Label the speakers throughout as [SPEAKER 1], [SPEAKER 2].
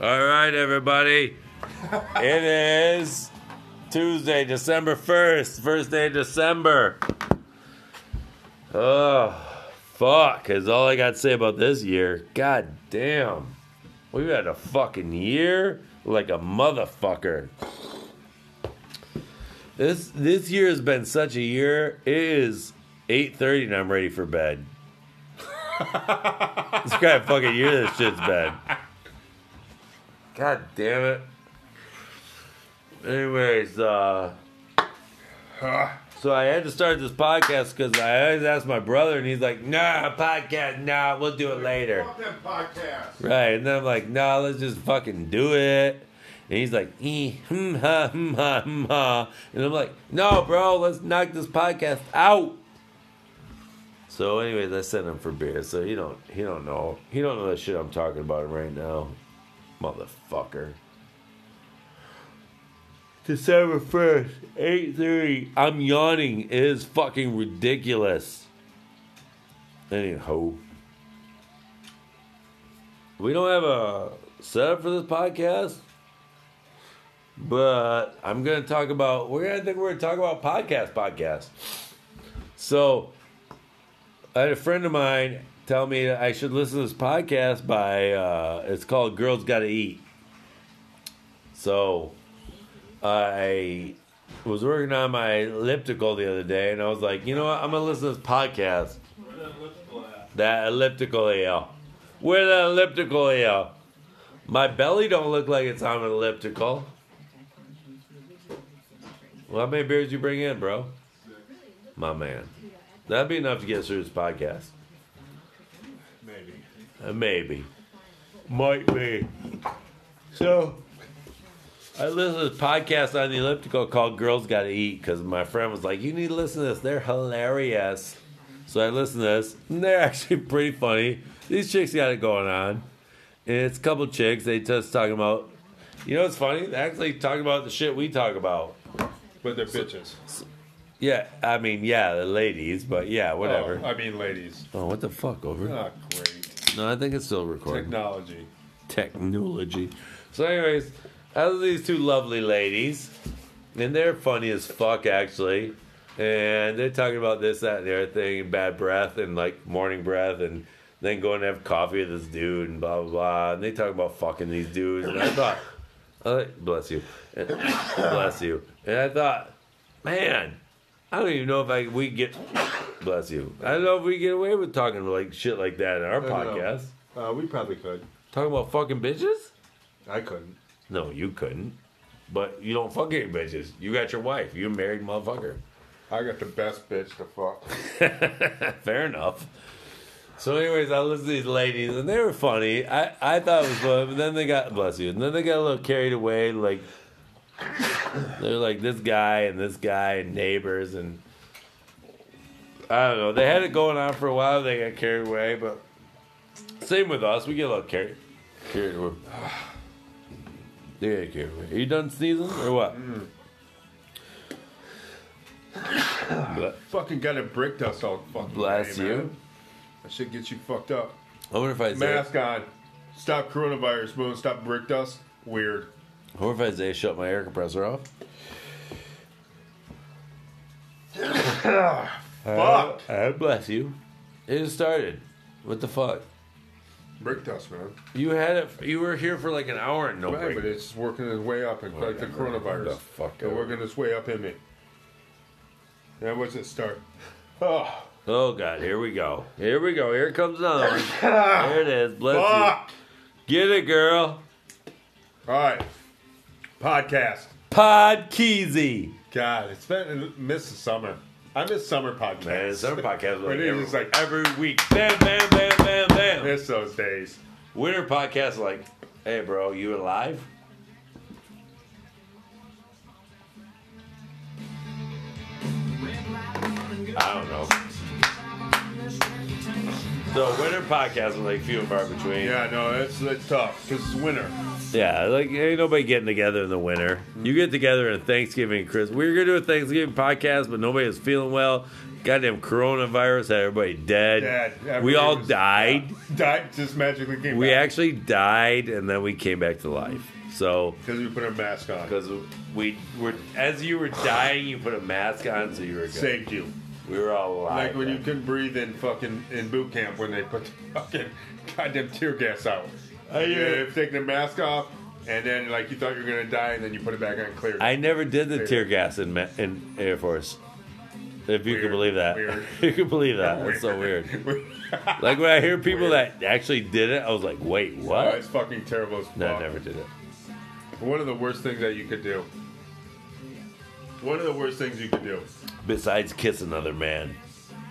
[SPEAKER 1] All right, everybody. it is Tuesday, December 1st. First day of December. Oh, fuck, is all I got to say about this year. God damn. We've had a fucking year like a motherfucker. This this year has been such a year. It is 8:30 and I'm ready for bed. It's kind of fucking year this shit's been. God damn it. Anyways, uh so I had to start this podcast because I always asked my brother, and he's like, "Nah, podcast, nah, we'll do it later."
[SPEAKER 2] Fuck them podcasts.
[SPEAKER 1] Right, and then I'm like, nah, let's just fucking do it. And he's like, eh, hmm, ha, hmm, ha, hmm, ha. And I'm like, no, bro, let's knock this podcast out. So, anyways, I sent him for beer. So he don't, he don't know, he don't know the shit I'm talking about right now, motherfucker. December first, eight thirty. I'm yawning. It is fucking ridiculous. Anyhow. We don't have a setup for this podcast, but I'm gonna talk about. We're gonna I think we're gonna talk about podcast podcast. So, I had a friend of mine tell me that I should listen to this podcast by. Uh, it's called "Girls Gotta Eat." So, I was working on my elliptical the other day, and I was like, you know what? I'm gonna listen to this podcast. That elliptical ale. Where the elliptical ale? My belly don't look like it's on an elliptical. Well, how many beers you bring in, bro? My man. That'd be enough to get us through this podcast.
[SPEAKER 2] Maybe.
[SPEAKER 1] Uh, maybe. Might be. So, I listened to this podcast on the elliptical called Girls Gotta Eat because my friend was like, You need to listen to this. They're hilarious. So I listened to this, and they're actually pretty funny. These chicks got it going on. And it's a couple chicks. They just talking about, you know what's funny? They actually talking about the shit we talk about.
[SPEAKER 2] But they're bitches.
[SPEAKER 1] Yeah, I mean, yeah, the ladies, but yeah, whatever.
[SPEAKER 2] Oh, I mean, ladies.
[SPEAKER 1] Oh, what the fuck, over?
[SPEAKER 2] Not great.
[SPEAKER 1] No, I think it's still recording.
[SPEAKER 2] Technology.
[SPEAKER 1] technology. So, anyways, out of these two lovely ladies, and they're funny as fuck, actually. And they're talking about this, that, and the other thing, and bad breath, and like morning breath, and then going to have coffee with this dude, and blah blah blah. And they talk about fucking these dudes, and I thought, I like- bless you, And- bless you, and I thought, man, I don't even know if I we get, bless you, I don't know if we get away with talking like shit like that in our
[SPEAKER 2] I don't know.
[SPEAKER 1] podcast.
[SPEAKER 2] Uh, we probably could.
[SPEAKER 1] Talking about fucking bitches?
[SPEAKER 2] I couldn't.
[SPEAKER 1] No, you couldn't. But you don't fuck any bitches. You got your wife. You're a married motherfucker.
[SPEAKER 2] I got the best bitch to fuck.
[SPEAKER 1] Fair enough. So, anyways, I listened to these ladies, and they were funny. I, I thought it was fun, but then they got bless you, and then they got a little carried away. Like they're like this guy and this guy and neighbors, and I don't know. They had it going on for a while. They got carried away, but same with us. We get a little carried carried away. They get carried away. Are you done sneezing or what? But-
[SPEAKER 2] Fucking got a brick dust all fucking
[SPEAKER 1] Bless
[SPEAKER 2] day,
[SPEAKER 1] you.
[SPEAKER 2] Man. That shit gets you fucked up.
[SPEAKER 1] I wonder if I say,
[SPEAKER 2] Mask on. Stop coronavirus. Boom. Stop brick dust. Weird.
[SPEAKER 1] I wonder if I say shut my air compressor off.
[SPEAKER 2] Uh, Fuck.
[SPEAKER 1] I bless you. It started. What the fuck?
[SPEAKER 2] Brick dust, man.
[SPEAKER 1] You had it. You were here for like an hour and no
[SPEAKER 2] Right,
[SPEAKER 1] break.
[SPEAKER 2] but it's working its way up, and like the
[SPEAKER 1] Whatever.
[SPEAKER 2] coronavirus.
[SPEAKER 1] The fuck
[SPEAKER 2] It's
[SPEAKER 1] out.
[SPEAKER 2] working its way up in me. Now, what's it start? Oh,
[SPEAKER 1] Oh god, here we go. Here we go. Here it comes another one. there it is. Bless
[SPEAKER 2] fuck!
[SPEAKER 1] you. Get it, girl.
[SPEAKER 2] All right, podcast.
[SPEAKER 1] Pod Keezy.
[SPEAKER 2] God, it's been miss the summer. I miss summer podcasts.
[SPEAKER 1] Man, it's our podcast.
[SPEAKER 2] It is, it's like-
[SPEAKER 1] every week. Bam, bam, bam, bam, bam.
[SPEAKER 2] miss those days.
[SPEAKER 1] Winter podcast. Like, hey, bro, you alive? I don't know. So winter podcasts are like few and far between.
[SPEAKER 2] Yeah, no, it's it's tough because it's winter.
[SPEAKER 1] Yeah, like ain't nobody getting together in the winter. You get together on Thanksgiving and Christmas. We were gonna do a Thanksgiving podcast, but nobody was feeling well. Goddamn coronavirus had everybody dead.
[SPEAKER 2] Dead.
[SPEAKER 1] we
[SPEAKER 2] Everybody
[SPEAKER 1] all
[SPEAKER 2] was-
[SPEAKER 1] died.
[SPEAKER 2] Died just magically came
[SPEAKER 1] We
[SPEAKER 2] back
[SPEAKER 1] actually died, and then we came back to life. So
[SPEAKER 2] because we put our mask on.
[SPEAKER 1] because we were as you were dying, you put a mask on, so you were good.
[SPEAKER 2] Saved you.
[SPEAKER 1] We were all alive.
[SPEAKER 2] Like when you
[SPEAKER 1] then.
[SPEAKER 2] couldn't breathe in fucking in boot camp when they put the fucking goddamn tear gas out.
[SPEAKER 1] I, uh,
[SPEAKER 2] You're taking the mask off, and then like you thought you were gonna die, and then you put it back on clear.
[SPEAKER 1] I never did the tear gas in, ma- in Air Force. If you
[SPEAKER 2] Weird.
[SPEAKER 1] can believe that,
[SPEAKER 2] Weird.
[SPEAKER 1] you can believe that. That's so weird. Like when I hear people that actually did it, I was like, wait,
[SPEAKER 2] oh,
[SPEAKER 1] what?
[SPEAKER 2] it's fucking terrible as fuck.
[SPEAKER 1] no, I never did it.
[SPEAKER 2] One of the worst things that you could do. One of the worst things you could do.
[SPEAKER 1] Besides kiss another man,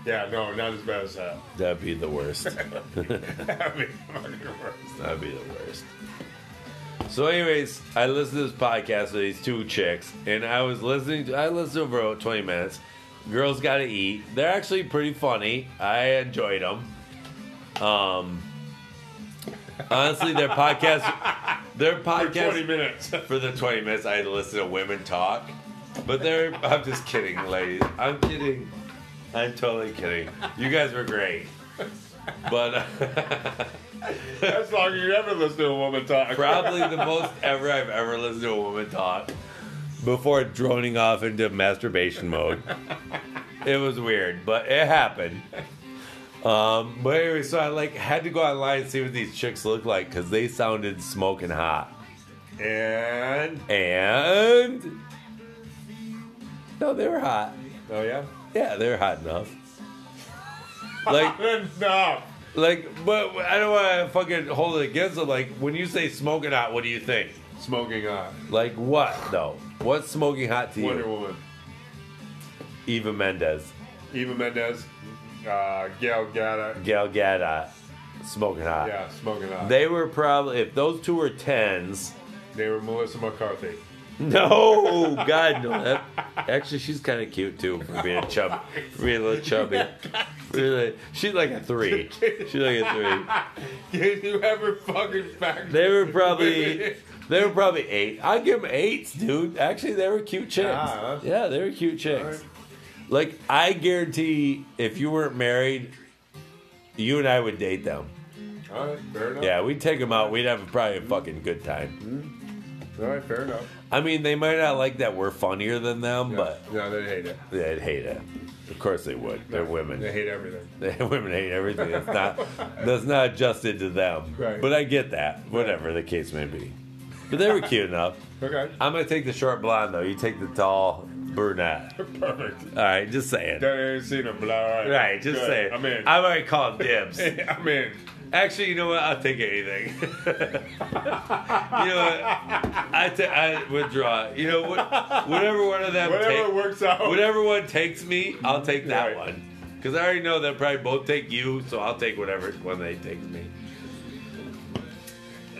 [SPEAKER 2] Yeah, no, not as bad as that.
[SPEAKER 1] that'd be the worst.
[SPEAKER 2] I mean, fucking worse.
[SPEAKER 1] That'd be the worst. So, anyways, I listened to this podcast with these two chicks, and I was listening. To, I listened for about twenty minutes. Girls got to eat. They're actually pretty funny. I enjoyed them. Um, honestly, their podcast, their
[SPEAKER 2] For Twenty
[SPEAKER 1] podcast
[SPEAKER 2] minutes.
[SPEAKER 1] for, the twenty minutes I listened to women talk, but they're. I'm just kidding, ladies. I'm kidding. I'm totally kidding. You guys were great, but. uh,
[SPEAKER 2] That's longer you ever listen to a woman talk.
[SPEAKER 1] Probably the most ever I've ever listened to a woman talk before droning off into masturbation mode. it was weird, but it happened. Um, but anyway, so I like had to go online and see what these chicks look like because they sounded smoking hot.
[SPEAKER 2] And
[SPEAKER 1] And no, they were hot.
[SPEAKER 2] oh yeah.
[SPEAKER 1] Yeah, they were hot enough. Like
[SPEAKER 2] Enough.
[SPEAKER 1] like, but I don't want to fucking hold it against them. Like when you say smoking hot, what do you think?
[SPEAKER 2] Smoking on.
[SPEAKER 1] Like what though? What's smoking hot to you?
[SPEAKER 2] Wonder Woman.
[SPEAKER 1] Eva Mendes,
[SPEAKER 2] Eva Mendes. Uh, Gal Gadot.
[SPEAKER 1] Gal Gadot, smoking hot.
[SPEAKER 2] Yeah, smoking uh, on. They,
[SPEAKER 1] They were probably if those two were tens.
[SPEAKER 2] were Melissa McCarthy.
[SPEAKER 1] No, God no. That, actually, she's kind of cute too for being a chub, for being a little chubby. Really, she's like a three. She's like a three.
[SPEAKER 2] Did you ever fucking fact?
[SPEAKER 1] They were probably they were probably eight. I give them eights, dude. Actually, they were cute chicks.
[SPEAKER 2] Ah, that's-
[SPEAKER 1] yeah, they were cute chicks.
[SPEAKER 2] Alright.
[SPEAKER 1] Like I guarantee, if you weren't married, you and I would date them.
[SPEAKER 2] All right, fair enough.
[SPEAKER 1] Yeah, we'd take them out. We'd have probably a fucking good time.
[SPEAKER 2] All right, fair enough.
[SPEAKER 1] I mean, they might not like that we're funnier than them,
[SPEAKER 2] Yeah.
[SPEAKER 1] but
[SPEAKER 2] no, they hate it.
[SPEAKER 1] they'd hate it. Of course they would. They're women.
[SPEAKER 2] They hate everything.
[SPEAKER 1] women hate everything. It's not that's not adjusted to them.
[SPEAKER 2] Right.
[SPEAKER 1] But I get that. Whatever the case may be. But they were cute enough.
[SPEAKER 2] Okay.
[SPEAKER 1] I'm gonna take the short blonde though. You take the tall brunette.
[SPEAKER 2] Perfect.
[SPEAKER 1] All right, just saying.
[SPEAKER 2] That ain't seen them, but all right.
[SPEAKER 1] Right, just
[SPEAKER 2] Good.
[SPEAKER 1] saying.
[SPEAKER 2] I'm in.
[SPEAKER 1] I might call dibs.
[SPEAKER 2] I'm in.
[SPEAKER 1] Actually, you know what? I'll take anything. you know what? I ta- I withdraw. You know what? Whatever one of them
[SPEAKER 2] Whatever
[SPEAKER 1] take-
[SPEAKER 2] works out.
[SPEAKER 1] whatever one takes me, I'll take that
[SPEAKER 2] Right.
[SPEAKER 1] one. Because I already know they'll probably both take you, so I'll take whatever one they take me.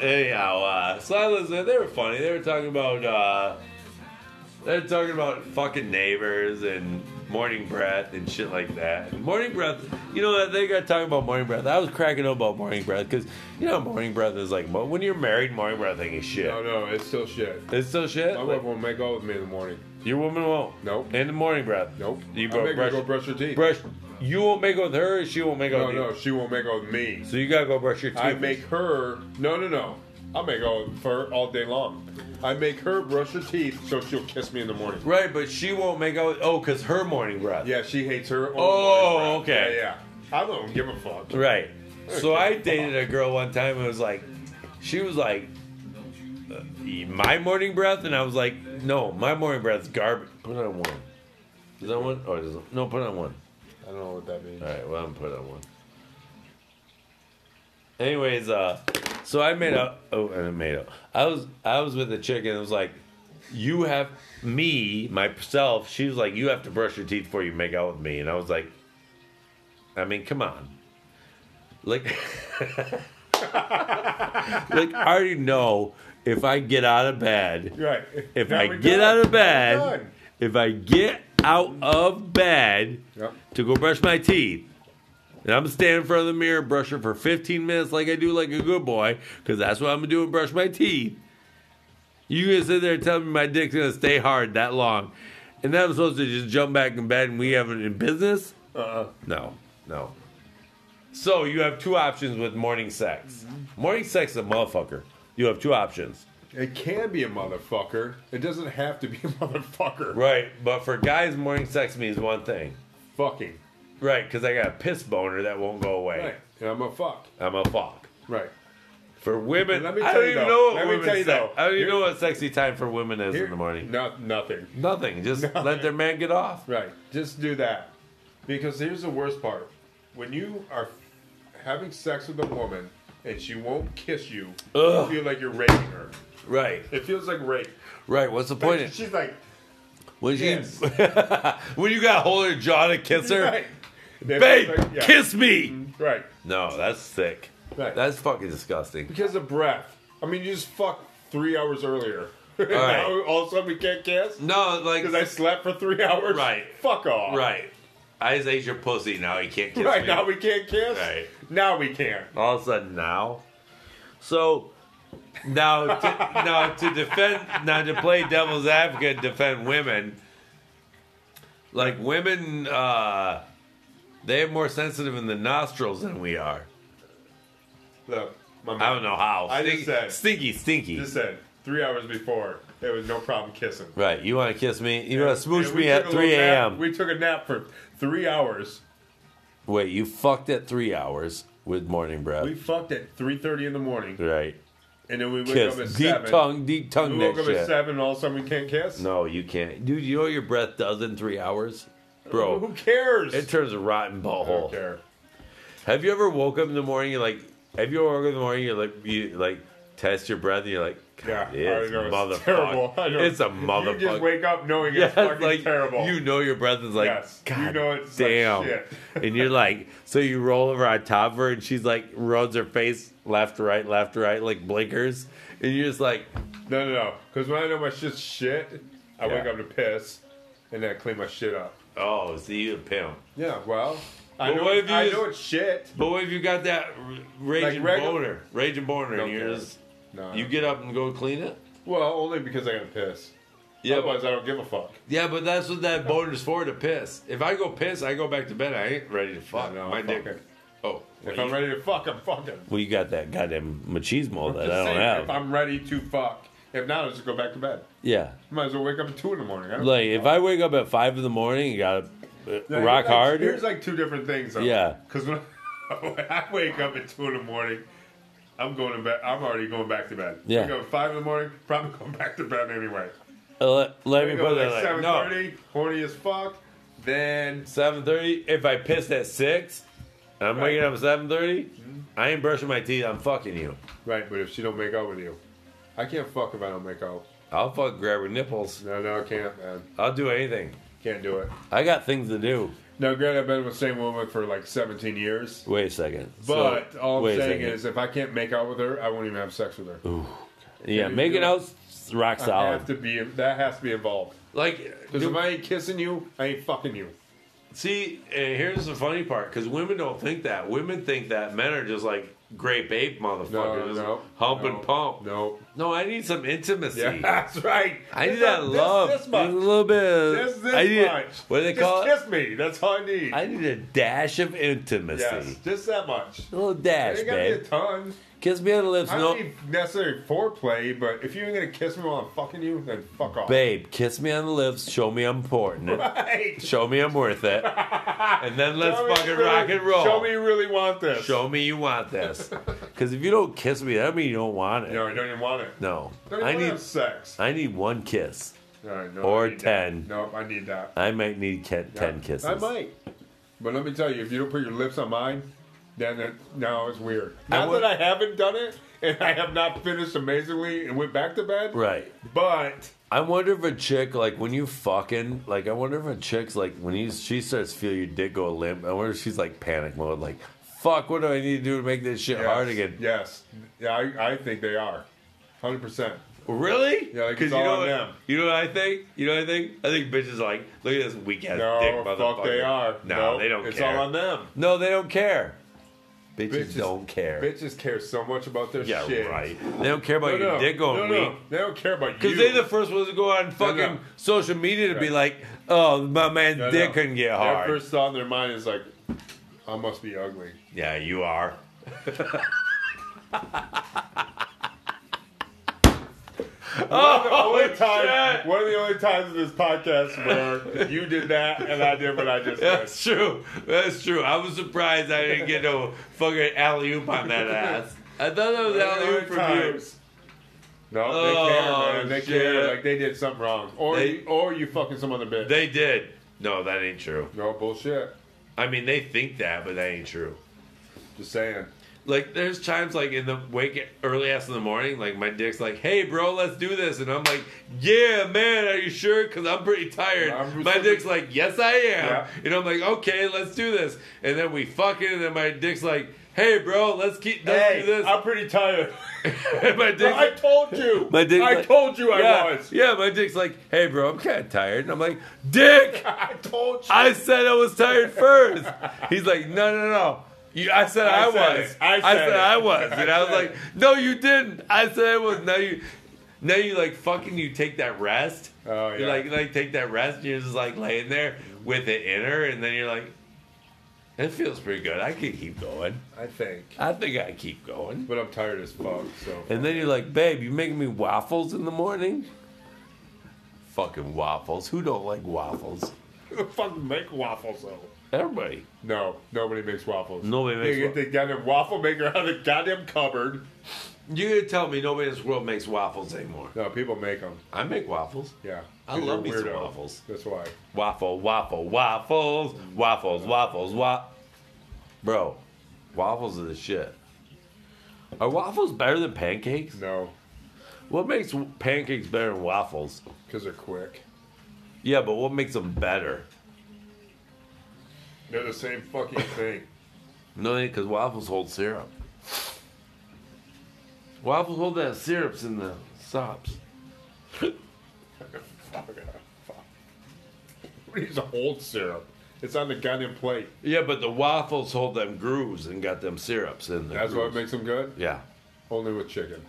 [SPEAKER 1] Anyhow, uh, so I listened. They were funny. They were talking about uh, they're talking about fucking neighbors and morning breath and shit like that. And morning breath, you know what? They got talking about morning breath. I was cracking up about morning breath because you know morning breath is like mo- when you're married, morning breath ain't shit.
[SPEAKER 2] No, no, it's still shit.
[SPEAKER 1] It's still shit.
[SPEAKER 2] My
[SPEAKER 1] Like,
[SPEAKER 2] wife won't make out with me in the morning.
[SPEAKER 1] your woman won't.
[SPEAKER 2] Nope.
[SPEAKER 1] And the morning breath.
[SPEAKER 2] Nope.
[SPEAKER 1] You
[SPEAKER 2] I
[SPEAKER 1] go
[SPEAKER 2] make
[SPEAKER 1] brush,
[SPEAKER 2] her go brush her teeth.
[SPEAKER 1] brush. You won't make out with her, and she won't make out
[SPEAKER 2] no,
[SPEAKER 1] with you.
[SPEAKER 2] no, she won't make out with me.
[SPEAKER 1] So you gotta go brush your teeth.
[SPEAKER 2] I make her. No, no, no. I make out with her all day long. I make her brush her teeth so she'll kiss me in the morning.
[SPEAKER 1] right, but she won't make out. With, oh, cause her morning breath.
[SPEAKER 2] Yeah, she hates her. own
[SPEAKER 1] Oh,
[SPEAKER 2] morning breath.
[SPEAKER 1] okay.
[SPEAKER 2] Yeah, yeah. I don't give a fuck.
[SPEAKER 1] Right. So I dated a girl one time and was like, she was like, uh, my morning breath, and I was like, no, my morning breath's garbage. Put on one. Is that one? Oh, does it- no, put on one.
[SPEAKER 2] I don't know what that means.
[SPEAKER 1] All right, well, I'm put on one. Anyways, uh, so I made up. Oh, and I made up. I was I was with a chick and it was like, you have me myself. She was like, you have to brush your teeth before you make out with me, and I was like, I mean, come on, like, like I already know if I get out of bed,
[SPEAKER 2] Right.
[SPEAKER 1] if
[SPEAKER 2] Now
[SPEAKER 1] I
[SPEAKER 2] we're
[SPEAKER 1] get
[SPEAKER 2] done.
[SPEAKER 1] out of
[SPEAKER 2] We're
[SPEAKER 1] bed,
[SPEAKER 2] done.
[SPEAKER 1] if I get out of bed
[SPEAKER 2] Yep.
[SPEAKER 1] to go brush my teeth, and I'm standing in front of the mirror brushing for 15 minutes like I do, like a good boy, because that's what I'm gonna do and brush my teeth. You gonna sit there and tell me my dick's gonna stay hard that long, and then I'm supposed to just jump back in bed and we haven't in business? No, no. So you have two options with morning sex. Morning sex is a motherfucker. You have two options.
[SPEAKER 2] It can be a motherfucker. It doesn't have to be a motherfucker.
[SPEAKER 1] Right, but for guys, morning sex means one thing.
[SPEAKER 2] Fucking.
[SPEAKER 1] Right, because I got a piss boner that won't go away.
[SPEAKER 2] Right. And I'm a fuck.
[SPEAKER 1] I'm a fuck.
[SPEAKER 2] Right.
[SPEAKER 1] For women,
[SPEAKER 2] Let me
[SPEAKER 1] I
[SPEAKER 2] tell
[SPEAKER 1] don't
[SPEAKER 2] you
[SPEAKER 1] even
[SPEAKER 2] though.
[SPEAKER 1] know
[SPEAKER 2] Let
[SPEAKER 1] what
[SPEAKER 2] me
[SPEAKER 1] women
[SPEAKER 2] tell you
[SPEAKER 1] sex-
[SPEAKER 2] though.
[SPEAKER 1] I don't even
[SPEAKER 2] Here-
[SPEAKER 1] know what sexy time for women is in the morning.
[SPEAKER 2] Not nothing.
[SPEAKER 1] Nothing. Just let their man get off.
[SPEAKER 2] Right. Just do that. Because here's the worst part. When you are having sex with a woman and she won't kiss you,
[SPEAKER 1] Ugh.
[SPEAKER 2] you feel like you're raping her.
[SPEAKER 1] Right.
[SPEAKER 2] It feels like rape.
[SPEAKER 1] Right. What's the point? of-
[SPEAKER 2] She's like,
[SPEAKER 1] When she,
[SPEAKER 2] yes.
[SPEAKER 1] when you got to hold her jaw to kiss her,
[SPEAKER 2] right. They
[SPEAKER 1] babe,
[SPEAKER 2] feel like- yeah. Mm-hmm.
[SPEAKER 1] kiss me.
[SPEAKER 2] Right.
[SPEAKER 1] No, that's sick.
[SPEAKER 2] Right.
[SPEAKER 1] That's fucking disgusting.
[SPEAKER 2] Because of breath. I mean, you just fucked three hours earlier. All,
[SPEAKER 1] right.
[SPEAKER 2] all of a sudden we can't kiss?
[SPEAKER 1] No, like
[SPEAKER 2] Because I slept for three hours?
[SPEAKER 1] Right.
[SPEAKER 2] Fuck off.
[SPEAKER 1] right. I just ate your pussy. Now you can't kiss
[SPEAKER 2] Right,
[SPEAKER 1] me.
[SPEAKER 2] now we can't kiss?
[SPEAKER 1] Right.
[SPEAKER 2] Now we can.
[SPEAKER 1] All of a sudden now. So now to, now to defend now to play devil's advocate and defend women. Like women, uh, they're more sensitive in the nostrils than we are.
[SPEAKER 2] Look, my
[SPEAKER 1] I
[SPEAKER 2] man
[SPEAKER 1] don't know how.
[SPEAKER 2] I just said-
[SPEAKER 1] stinky, stinky.
[SPEAKER 2] just said three hours before it was no problem kissing.
[SPEAKER 1] right, you want to kiss me? You want to smooch
[SPEAKER 2] And we
[SPEAKER 1] me
[SPEAKER 2] took
[SPEAKER 1] at
[SPEAKER 2] a little
[SPEAKER 1] three
[SPEAKER 2] nap-
[SPEAKER 1] a.m.
[SPEAKER 2] We took a nap for three hours.
[SPEAKER 1] Wait, you fucked at three hours with morning breath.
[SPEAKER 2] We fucked at three thirty in the morning,
[SPEAKER 1] right.
[SPEAKER 2] and then we wake up at
[SPEAKER 1] Kiss. Deep
[SPEAKER 2] seven.
[SPEAKER 1] tongue, deep
[SPEAKER 2] we
[SPEAKER 1] tongue
[SPEAKER 2] woke
[SPEAKER 1] that
[SPEAKER 2] up at
[SPEAKER 1] shit.
[SPEAKER 2] seven, and all of a sudden we can't kiss.
[SPEAKER 1] No, you can't. Dude, you know what your breath does in three hours? Bro,
[SPEAKER 2] Who cares?
[SPEAKER 1] it turns a rotten
[SPEAKER 2] I don't
[SPEAKER 1] butthole.
[SPEAKER 2] care.
[SPEAKER 1] Have you ever woke up in the morning and like, have you ever woke up in the morning and you're like, you like test your breath and you're like,
[SPEAKER 2] Yeah,
[SPEAKER 1] God,
[SPEAKER 2] I know, it's
[SPEAKER 1] motherfucker.
[SPEAKER 2] terrible. I know.
[SPEAKER 1] It's a
[SPEAKER 2] You just
[SPEAKER 1] motherfucker.
[SPEAKER 2] wake up knowing
[SPEAKER 1] Yeah,
[SPEAKER 2] it's fucking
[SPEAKER 1] like,
[SPEAKER 2] terrible.
[SPEAKER 1] You know your breath is like,
[SPEAKER 2] Yes, you
[SPEAKER 1] God
[SPEAKER 2] know it's like
[SPEAKER 1] damn.
[SPEAKER 2] shit.
[SPEAKER 1] and you're like, so you roll over on top of her and she's like, rubs her face left, right, left, right, like blinkers. And you're just like,
[SPEAKER 2] No, no, no. Because when I know my shit's shit, I
[SPEAKER 1] Yeah.
[SPEAKER 2] wake up to piss, and then I clean my shit up.
[SPEAKER 1] oh, see you a pimp.
[SPEAKER 2] Yeah, well, I
[SPEAKER 1] But
[SPEAKER 2] know,
[SPEAKER 1] what
[SPEAKER 2] it-
[SPEAKER 1] if you
[SPEAKER 2] I
[SPEAKER 1] just-
[SPEAKER 2] know it's shit.
[SPEAKER 1] But what if you got that r- raging
[SPEAKER 2] Like regular-
[SPEAKER 1] boner? Raging boner,
[SPEAKER 2] Don't
[SPEAKER 1] and you're
[SPEAKER 2] care.
[SPEAKER 1] just,
[SPEAKER 2] No.
[SPEAKER 1] you get up and go clean it?
[SPEAKER 2] Well, only because I gotta piss.
[SPEAKER 1] Yeah, but,
[SPEAKER 2] Otherwise, I don't give a fuck.
[SPEAKER 1] yeah, but that's what that boner's for to piss. If I go piss, I go back to bed. I ain't ready to fuck.
[SPEAKER 2] No, no,
[SPEAKER 1] My
[SPEAKER 2] I'm
[SPEAKER 1] dick.
[SPEAKER 2] fucking.
[SPEAKER 1] Oh,
[SPEAKER 2] If
[SPEAKER 1] well,
[SPEAKER 2] I'm
[SPEAKER 1] you,
[SPEAKER 2] ready to fuck, I'm fucking.
[SPEAKER 1] well, you got that goddamn machismo that
[SPEAKER 2] Just
[SPEAKER 1] I don't
[SPEAKER 2] saying,
[SPEAKER 1] have.
[SPEAKER 2] If I'm ready to fuck, if not, I just go back to bed.
[SPEAKER 1] yeah,
[SPEAKER 2] Might as well wake up at two in the morning. I don't-
[SPEAKER 1] like if I wake up at five in the morning, you gotta uh,
[SPEAKER 2] Now, here's
[SPEAKER 1] rock
[SPEAKER 2] like-
[SPEAKER 1] hard.
[SPEAKER 2] Here's like two different things. Though.
[SPEAKER 1] Yeah.
[SPEAKER 2] Because when, when I wake up at two in the morning, I'm going to bed. I'm already going back to bed.
[SPEAKER 1] Yeah.
[SPEAKER 2] Wake up at five in the morning, probably going back to bed anyway.
[SPEAKER 1] Uh, let, let me
[SPEAKER 2] Wake up
[SPEAKER 1] put
[SPEAKER 2] at like
[SPEAKER 1] that like
[SPEAKER 2] seven
[SPEAKER 1] no
[SPEAKER 2] thirty, horny as fuck. Then
[SPEAKER 1] seven thirty. If I pissed at six, and I'm
[SPEAKER 2] Right. Mm-hmm.
[SPEAKER 1] waking up at seven thirty. I ain't brushing my teeth. I'm fucking you.
[SPEAKER 2] right, but if she don't make out with you, I can't fuck if I don't make out.
[SPEAKER 1] I'll fuck grab her nipples.
[SPEAKER 2] No, no, I can't, man.
[SPEAKER 1] I'll do anything.
[SPEAKER 2] Can't do it.
[SPEAKER 1] I got things to do.
[SPEAKER 2] Now, granted, I've been with the same woman for like 17 years,
[SPEAKER 1] Wait a second.
[SPEAKER 2] but
[SPEAKER 1] So-
[SPEAKER 2] all I'm
[SPEAKER 1] wait a
[SPEAKER 2] saying
[SPEAKER 1] second.
[SPEAKER 2] is, if I can't make out with her, I won't even have sex with her.
[SPEAKER 1] yeah,
[SPEAKER 2] you
[SPEAKER 1] make
[SPEAKER 2] do
[SPEAKER 1] it
[SPEAKER 2] it?
[SPEAKER 1] out s- rock
[SPEAKER 2] I have
[SPEAKER 1] solid.
[SPEAKER 2] to be. That has to be involved.
[SPEAKER 1] Like,
[SPEAKER 2] Because
[SPEAKER 1] do-
[SPEAKER 2] if I ain't kissing you, I ain't fucking you.
[SPEAKER 1] see, and here's the funny part because women don't think that. Women think that men are just like grape ape motherfuckers,
[SPEAKER 2] No,
[SPEAKER 1] just
[SPEAKER 2] no,
[SPEAKER 1] hump
[SPEAKER 2] no,
[SPEAKER 1] and pump. No.
[SPEAKER 2] No.
[SPEAKER 1] I need some intimacy.
[SPEAKER 2] Yeah, that's right.
[SPEAKER 1] I need
[SPEAKER 2] This-
[SPEAKER 1] that
[SPEAKER 2] this-
[SPEAKER 1] love.
[SPEAKER 2] This
[SPEAKER 1] Just a
[SPEAKER 2] much.
[SPEAKER 1] little bit. Of,
[SPEAKER 2] This, this
[SPEAKER 1] I need,
[SPEAKER 2] much.
[SPEAKER 1] What do they
[SPEAKER 2] Just
[SPEAKER 1] call it?
[SPEAKER 2] kiss me. That's all I need.
[SPEAKER 1] I need a dash of intimacy.
[SPEAKER 2] yes, just that much.
[SPEAKER 1] A little dash,
[SPEAKER 2] It ain't gotta be a
[SPEAKER 1] babe.
[SPEAKER 2] ton.
[SPEAKER 1] Kiss me on the lips.
[SPEAKER 2] I
[SPEAKER 1] No,
[SPEAKER 2] don't need necessary foreplay, but if you ain't gonna kiss me while I'm fucking you, then fuck off.
[SPEAKER 1] babe, kiss me on the lips. Show me I'm important.
[SPEAKER 2] Right.
[SPEAKER 1] Show me I'm worth it. And then let's
[SPEAKER 2] Show me
[SPEAKER 1] fucking
[SPEAKER 2] you really-
[SPEAKER 1] rock and roll.
[SPEAKER 2] Show me you really want this.
[SPEAKER 1] Show me you want this. Because if you don't kiss me, that means you don't want it.
[SPEAKER 2] No, I don't even want it.
[SPEAKER 1] No.
[SPEAKER 2] Don't even
[SPEAKER 1] I
[SPEAKER 2] want to
[SPEAKER 1] need
[SPEAKER 2] have sex.
[SPEAKER 1] I need one kiss.
[SPEAKER 2] All right, no,
[SPEAKER 1] or
[SPEAKER 2] I need that.
[SPEAKER 1] 10.
[SPEAKER 2] Nope, I need that.
[SPEAKER 1] I might need ke- 10 kisses.
[SPEAKER 2] I might. But let me tell you, if you don't put your lips on mine, then it, now it's weird.
[SPEAKER 1] I
[SPEAKER 2] Not
[SPEAKER 1] would-
[SPEAKER 2] that I haven't done it, and I have not finished amazingly and went back to bed.
[SPEAKER 1] Right.
[SPEAKER 2] But
[SPEAKER 1] I wonder if a chick, like, when you fucking, like, I wonder if a chick's, like, when you, she starts to feel your dick go limp, I wonder if she's, like, panic mode, like, fuck, what do I need to do to make this shit
[SPEAKER 2] yes,
[SPEAKER 1] hard again?
[SPEAKER 2] Yes. Yeah, I, I think they are. 100%.
[SPEAKER 1] Really?
[SPEAKER 2] Yeah, like, it's
[SPEAKER 1] you
[SPEAKER 2] all
[SPEAKER 1] know,
[SPEAKER 2] on
[SPEAKER 1] what,
[SPEAKER 2] them.
[SPEAKER 1] you know what I think? You know what I think? I think bitches are like, look at this weak ass dick
[SPEAKER 2] No,
[SPEAKER 1] motherfucker.
[SPEAKER 2] fuck, they are.
[SPEAKER 1] No,
[SPEAKER 2] Nope,
[SPEAKER 1] they don't
[SPEAKER 2] It's
[SPEAKER 1] care.
[SPEAKER 2] all on them.
[SPEAKER 1] No, they don't care. Bitches,
[SPEAKER 2] Bitches-
[SPEAKER 1] don't care.
[SPEAKER 2] Bitches care so much about their
[SPEAKER 1] yeah,
[SPEAKER 2] shit.
[SPEAKER 1] right. They don't care
[SPEAKER 2] No,
[SPEAKER 1] about your
[SPEAKER 2] no,
[SPEAKER 1] dick
[SPEAKER 2] no,
[SPEAKER 1] going
[SPEAKER 2] no.
[SPEAKER 1] weak.
[SPEAKER 2] They don't care about you.
[SPEAKER 1] Because they're the first ones to go on fucking
[SPEAKER 2] no.
[SPEAKER 1] social media to be
[SPEAKER 2] Right.
[SPEAKER 1] like, oh, my man's
[SPEAKER 2] No,
[SPEAKER 1] dick
[SPEAKER 2] no.
[SPEAKER 1] couldn't get
[SPEAKER 2] Their
[SPEAKER 1] hard.
[SPEAKER 2] first thought in their mind is like, I must be ugly.
[SPEAKER 1] yeah, you are.
[SPEAKER 2] One of the
[SPEAKER 1] Oh,
[SPEAKER 2] only time, one of the only times in this podcast where you did that and I did what I just said.
[SPEAKER 1] That's true. That's true. I was surprised I didn't get no fucking alley oop on that ass. I thought that was
[SPEAKER 2] One of the
[SPEAKER 1] alley oop
[SPEAKER 2] only
[SPEAKER 1] from you.
[SPEAKER 2] times. No, they
[SPEAKER 1] Oh,
[SPEAKER 2] care, man. They
[SPEAKER 1] shit.
[SPEAKER 2] care. Like they did something wrong, or
[SPEAKER 1] They-
[SPEAKER 2] you, or you fucking some other bitch.
[SPEAKER 1] They did. No, that ain't true.
[SPEAKER 2] no bullshit.
[SPEAKER 1] I mean, they think that, but that ain't true.
[SPEAKER 2] Just saying.
[SPEAKER 1] Like, there's times like in the wake early ass in the morning, like my dick's like, "Hey, bro, let's do this," and I'm like, "Yeah, man, are you sure? Because I'm pretty tired."
[SPEAKER 2] I'm-
[SPEAKER 1] my dick's like, "Yes, I am,"
[SPEAKER 2] Yeah.
[SPEAKER 1] and I'm like, "Okay, let's do this," and then we fucking, and then my dick's like, "Hey, bro, let's keep let's do this."
[SPEAKER 2] I'm pretty tired.
[SPEAKER 1] And my dick's
[SPEAKER 2] I told you.
[SPEAKER 1] My dick's
[SPEAKER 2] I
[SPEAKER 1] like-
[SPEAKER 2] told you I
[SPEAKER 1] yeah,
[SPEAKER 2] was.
[SPEAKER 1] yeah, my dick's like, "Hey, bro, I'm kind of tired," and I'm like, "Dick."
[SPEAKER 2] I told you.
[SPEAKER 1] I said I was tired first. He's like, no, no, no. You, I said I,
[SPEAKER 2] I said
[SPEAKER 1] was.
[SPEAKER 2] it. I
[SPEAKER 1] I,
[SPEAKER 2] said it.
[SPEAKER 1] was. And I was
[SPEAKER 2] said
[SPEAKER 1] like, no, you didn't. I said I was. Now you, now you like fucking. You take that rest.
[SPEAKER 2] Oh,
[SPEAKER 1] You
[SPEAKER 2] yeah.
[SPEAKER 1] like like take that rest. And you're just like laying there with it in her, and then you're like, it feels pretty good. I can keep going.
[SPEAKER 2] I think,
[SPEAKER 1] I think I keep going.
[SPEAKER 2] but I'm tired as fuck. So
[SPEAKER 1] And then you're like, babe, you making me waffles in the morning. Fucking waffles. Who don't like waffles?
[SPEAKER 2] fucking make waffles though.
[SPEAKER 1] Everybody.
[SPEAKER 2] No, nobody makes waffles.
[SPEAKER 1] Nobody
[SPEAKER 2] They
[SPEAKER 1] makes
[SPEAKER 2] get the goddamn waffle maker out of the goddamn cupboard.
[SPEAKER 1] You're gonna tell me nobody in this world makes waffles anymore?
[SPEAKER 2] No, people make them.
[SPEAKER 1] I make waffles.
[SPEAKER 2] Yeah,
[SPEAKER 1] I
[SPEAKER 2] You're
[SPEAKER 1] love
[SPEAKER 2] a
[SPEAKER 1] me some
[SPEAKER 2] weirdo.
[SPEAKER 1] waffles.
[SPEAKER 2] That's why.
[SPEAKER 1] Waffle, waffle, waffles, waffles, waffles, wa. Bro, waffles are the shit. Are waffles better than pancakes?
[SPEAKER 2] No,
[SPEAKER 1] What makes w- pancakes better than waffles?
[SPEAKER 2] because they're quick.
[SPEAKER 1] Yeah, but what makes them better?
[SPEAKER 2] They're the same fucking thing.
[SPEAKER 1] No, because waffles hold syrup. Waffles hold that syrups in the sops.
[SPEAKER 2] fuck. fuck. He's a hold syrup. It's on the goddamn plate.
[SPEAKER 1] Yeah, but the waffles hold them grooves and got them syrups in there.
[SPEAKER 2] That's what makes them good.
[SPEAKER 1] Yeah.
[SPEAKER 2] Only with chicken.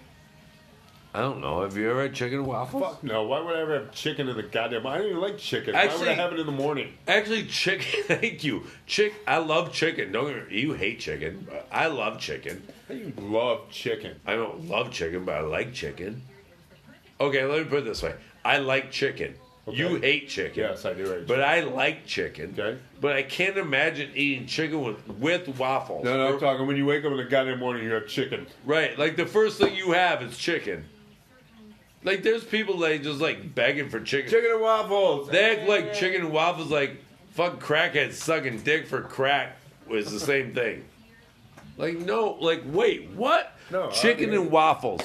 [SPEAKER 1] I don't know. Have you ever had chicken waffles?
[SPEAKER 2] Fuck no. Why would I ever have chicken in the goddamn? I don't even like chicken. why
[SPEAKER 1] Actually-
[SPEAKER 2] would I have it in the morning?
[SPEAKER 1] Actually, chicken. Thank you, chick. I love chicken. Don't get me- you hate chicken? but I love chicken.
[SPEAKER 2] You love chicken.
[SPEAKER 1] I don't love chicken, but I like chicken. Okay, let me put it this way: I like chicken. You
[SPEAKER 2] Okay.
[SPEAKER 1] hate chicken.
[SPEAKER 2] Yes, I do. Hate
[SPEAKER 1] But I like chicken.
[SPEAKER 2] Okay.
[SPEAKER 1] But I can't imagine eating chicken with with waffles.
[SPEAKER 2] No, no,
[SPEAKER 1] Or-
[SPEAKER 2] I'm talking when you wake up in the goddamn morning, you have chicken.
[SPEAKER 1] Right. Like the first thing you have is chicken. Like there's people that just like begging for chicken.
[SPEAKER 2] and waffles.
[SPEAKER 1] They act like chicken and waffles, like fuck crackheads sucking dick for crack was the same thing. Like no, like wait, what?
[SPEAKER 2] No, I-
[SPEAKER 1] chicken and waffles.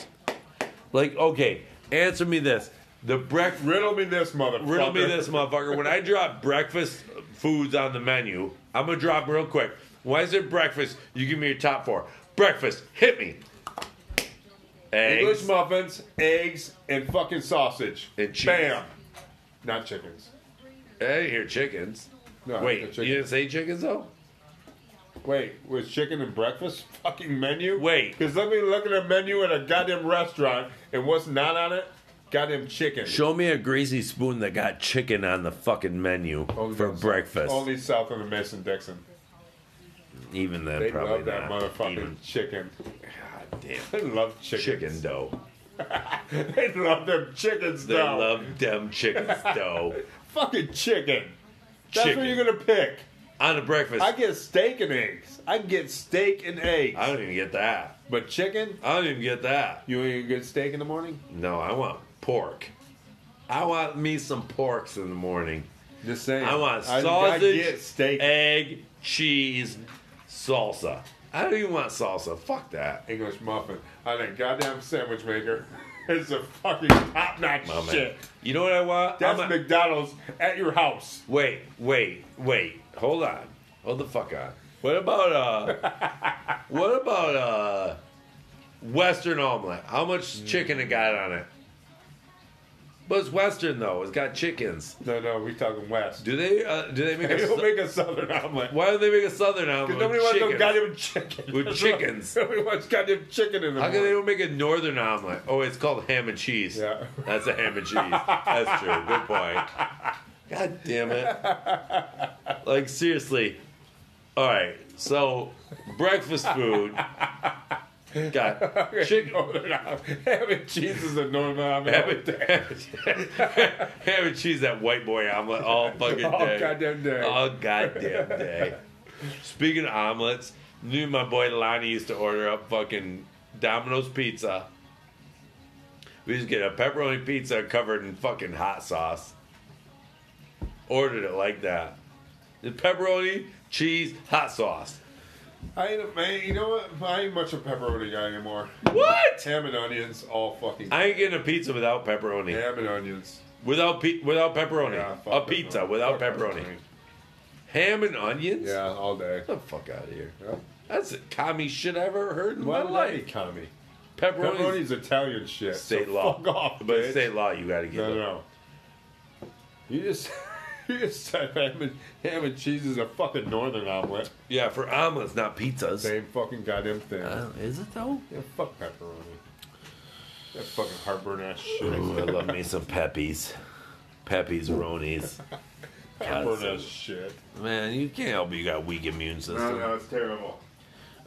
[SPEAKER 1] Like okay, answer me this: the breakfast.
[SPEAKER 2] Riddle me this, motherfucker.
[SPEAKER 1] Riddle me this, motherfucker. When I drop breakfast foods on the menu, I'm gonna drop 'em real quick. Why is it breakfast? You give me your top four. Breakfast, hit me.
[SPEAKER 2] English
[SPEAKER 1] Eggs.
[SPEAKER 2] muffins, eggs, and fucking sausage.
[SPEAKER 1] And cheese.
[SPEAKER 2] Bam. Not chickens.
[SPEAKER 1] I didn't hear chickens.
[SPEAKER 2] No,
[SPEAKER 1] Wait,
[SPEAKER 2] no chicken.
[SPEAKER 1] you didn't say chickens though.
[SPEAKER 2] Wait, was chicken and breakfast fucking menu?
[SPEAKER 1] Wait.
[SPEAKER 2] Because let me look at a menu at a goddamn restaurant, and what's not on it? Goddamn chicken.
[SPEAKER 1] Show me a greasy spoon that got chicken on the fucking menu
[SPEAKER 2] Only
[SPEAKER 1] for
[SPEAKER 2] down-
[SPEAKER 1] breakfast.
[SPEAKER 2] Only south of the Mason Dixon.
[SPEAKER 1] Even then,
[SPEAKER 2] They
[SPEAKER 1] probably
[SPEAKER 2] love that
[SPEAKER 1] not.
[SPEAKER 2] motherfucking
[SPEAKER 1] Even-
[SPEAKER 2] chicken.
[SPEAKER 1] God damn.
[SPEAKER 2] They love chickens.
[SPEAKER 1] Chicken dough.
[SPEAKER 2] They love them chickens,
[SPEAKER 1] They
[SPEAKER 2] though.
[SPEAKER 1] love them chickens dough.
[SPEAKER 2] Fucking chicken. That's
[SPEAKER 1] Chicken.
[SPEAKER 2] what you're gonna pick.
[SPEAKER 1] On a breakfast.
[SPEAKER 2] I
[SPEAKER 1] I,
[SPEAKER 2] get steak and eggs. I can get steak and eggs.
[SPEAKER 1] don't even get that.
[SPEAKER 2] but chicken,
[SPEAKER 1] I don't even get that.
[SPEAKER 2] you ain't get steak in the morning.
[SPEAKER 1] No, I want pork. I want me some porks in the morning.
[SPEAKER 2] Just saying.
[SPEAKER 1] I want
[SPEAKER 2] I- I
[SPEAKER 1] sausage,
[SPEAKER 2] get steak.
[SPEAKER 1] egg, cheese, salsa. I don't even want salsa. Fuck that.
[SPEAKER 2] English muffin on a goddamn sandwich maker. It's a fucking top notch
[SPEAKER 1] Oh, man.
[SPEAKER 2] shit.
[SPEAKER 1] You know what I want?
[SPEAKER 2] That's
[SPEAKER 1] I'm a-
[SPEAKER 2] McDonald's at your house.
[SPEAKER 1] Wait, wait, wait. Hold on. Hold the fuck on. What about uh what about uh Western omelet? How much chicken it got on it? But it's Western though. It's got chickens.
[SPEAKER 2] No, no, we talking West.
[SPEAKER 1] Do they? Uh, do they make?
[SPEAKER 2] They
[SPEAKER 1] A,
[SPEAKER 2] don't
[SPEAKER 1] su-
[SPEAKER 2] make a Southern omelet.
[SPEAKER 1] why do they make a Southern omelet?
[SPEAKER 2] Because nobody
[SPEAKER 1] with
[SPEAKER 2] wants no
[SPEAKER 1] chickens?
[SPEAKER 2] goddamn chicken.
[SPEAKER 1] With
[SPEAKER 2] That's
[SPEAKER 1] chickens.
[SPEAKER 2] why Nobody wants goddamn chicken in the
[SPEAKER 1] How come they
[SPEAKER 2] morning.
[SPEAKER 1] don't make a Northern omelet? Oh, it's called ham and cheese.
[SPEAKER 2] Yeah.
[SPEAKER 1] That's a ham and cheese. That's true. Good point. God damn it. Like, seriously. All right. So, breakfast food. Got chicken.
[SPEAKER 2] Northern omelet. Ham and cheese is a normal omelet.
[SPEAKER 1] Ham and, ham and cheese, that white boy omelet all fucking
[SPEAKER 2] All
[SPEAKER 1] day.
[SPEAKER 2] goddamn day.
[SPEAKER 1] All goddamn day. Speaking of omelets, me and my boy Lonnie used to order up fucking Domino's pizza. We used to get a pepperoni pizza covered in fucking hot sauce. Ordered it like that. The pepperoni, cheese, hot sauce.
[SPEAKER 2] I ain't, a- man, you know what? I ain't much of a pepperoni guy anymore.
[SPEAKER 1] What?
[SPEAKER 2] Ham and onions, all fucking
[SPEAKER 1] I ain't getting a pizza without pepperoni.
[SPEAKER 2] ham and onions.
[SPEAKER 1] Without pe- without pepperoni.
[SPEAKER 2] Yeah, fuck
[SPEAKER 1] a pizza without
[SPEAKER 2] Fuck
[SPEAKER 1] pepperoni. Ham and onions?
[SPEAKER 2] Yeah, all day.
[SPEAKER 1] Get the fuck out of here.
[SPEAKER 2] Yeah.
[SPEAKER 1] That's the commie shit I ever heard in
[SPEAKER 2] Why
[SPEAKER 1] my
[SPEAKER 2] would I
[SPEAKER 1] life.
[SPEAKER 2] eat commie?
[SPEAKER 1] Pepperoni,
[SPEAKER 2] Pepperoni's Italian shit.
[SPEAKER 1] state
[SPEAKER 2] so
[SPEAKER 1] law.
[SPEAKER 2] Fuck off,
[SPEAKER 1] but
[SPEAKER 2] bitch.
[SPEAKER 1] state law, you gotta get
[SPEAKER 2] No,
[SPEAKER 1] it.
[SPEAKER 2] no, no. You just you just said ham and, ham and cheese is a fucking northern omelet.
[SPEAKER 1] Yeah, for omelets, not pizzas.
[SPEAKER 2] Same fucking goddamn thing.
[SPEAKER 1] Uh, is it though?
[SPEAKER 2] yeah, fuck pepperoni. That fucking heartburn ass shit.
[SPEAKER 1] Ooh, I love me some peppies. Peppies, ronies.
[SPEAKER 2] Heartburn ass shit.
[SPEAKER 1] Man, you can't help it. You got weak immune system.
[SPEAKER 2] it's terrible.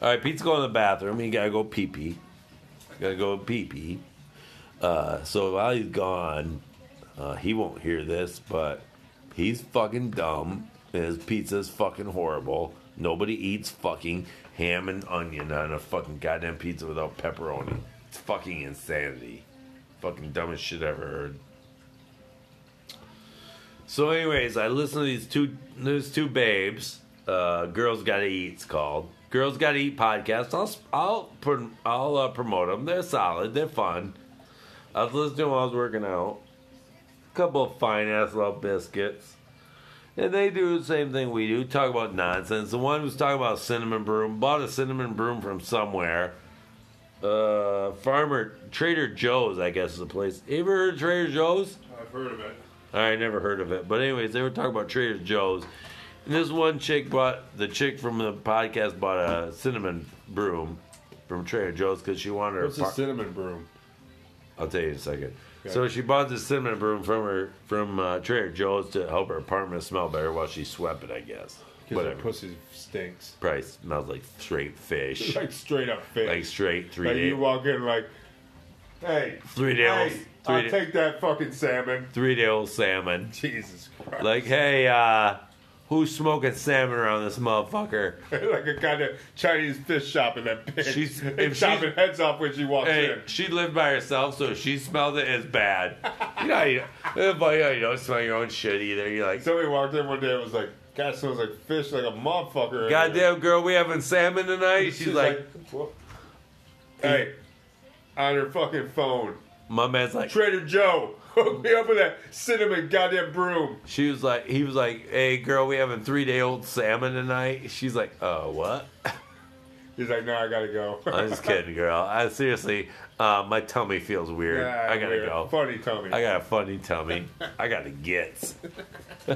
[SPEAKER 1] All right, Pete's going to the bathroom. He gotta go pee pee. Gotta go pee pee. Uh, so while he's gone, uh, he won't hear this, but he's fucking dumb. And his pizza's fucking horrible. Nobody eats fucking ham and onion on a fucking goddamn pizza without pepperoni. It's fucking insanity. Fucking dumbest shit I ever heard. So, anyways, I listen to these two these two babes. Uh, Girls Gotta Eat. It's called Girls Gotta Eat podcast. I'll sp- I'll pr- I'll uh, promote them. They're solid. They're fun. I was listening while I was working out. Couple of fine ass little biscuits. And they do the same thing we do, talk about nonsense. The one who's talking about cinnamon broom bought a cinnamon broom from somewhere. Uh, farmer Trader Joe's, I guess, is the place. You ever heard of Trader Joe's?
[SPEAKER 2] I've heard of it.
[SPEAKER 1] I never heard of it. But anyways, they were talking about Trader Joe's. And this one chick bought the chick from the podcast bought a cinnamon broom from Trader Joe's because she wanted her.
[SPEAKER 2] What's a
[SPEAKER 1] par-
[SPEAKER 2] cinnamon broom?
[SPEAKER 1] I'll tell you in a second.
[SPEAKER 2] Okay.
[SPEAKER 1] So she bought the cinnamon broom from her from uh, Trader Joe's to help her apartment smell better while she swept it. I guess.
[SPEAKER 2] Because
[SPEAKER 1] Whatever.
[SPEAKER 2] that pussy stinks.
[SPEAKER 1] Probably smells like straight fish,
[SPEAKER 2] Like straight up fish.
[SPEAKER 1] like straight three
[SPEAKER 2] Like
[SPEAKER 1] day
[SPEAKER 2] you walk in like, hey,
[SPEAKER 1] Three
[SPEAKER 2] hey,
[SPEAKER 1] deals. Three
[SPEAKER 2] I'll
[SPEAKER 1] de-
[SPEAKER 2] take that fucking salmon.
[SPEAKER 1] three day old salmon.
[SPEAKER 2] Jesus Christ.
[SPEAKER 1] Like hey, uh, who's smoking salmon around this motherfucker?
[SPEAKER 2] like a kind of Chinese fish shop in that bitch.
[SPEAKER 1] She's-
[SPEAKER 2] She's
[SPEAKER 1] if
[SPEAKER 2] and chopping
[SPEAKER 1] she's-
[SPEAKER 2] heads off when she walks
[SPEAKER 1] Hey,
[SPEAKER 2] in.
[SPEAKER 1] she lived by herself, so if she smelled it as bad. You know, how you, eh, but, you, know, you don't smell your own shit either. You're like,
[SPEAKER 2] Somebody walked in one day and was like, God, smells like fish, like a motherfucker. in here."
[SPEAKER 1] goddamn girl, we having salmon tonight. She's like,
[SPEAKER 2] "Wha- hey, on her fucking phone.
[SPEAKER 1] my man's like,
[SPEAKER 2] Trader Joe, hook me up with that cinnamon goddamn broom.
[SPEAKER 1] she was like, he was like, hey girl, we having three day old salmon tonight. She's like, oh what?
[SPEAKER 2] He's like, no, I gotta go.
[SPEAKER 1] I'm just kidding, girl. I seriously, uh, my tummy feels weird.
[SPEAKER 2] Yeah,
[SPEAKER 1] I gotta
[SPEAKER 2] weird.
[SPEAKER 1] go.
[SPEAKER 2] Funny, Tommy.
[SPEAKER 1] I got a funny tummy. I gotta get.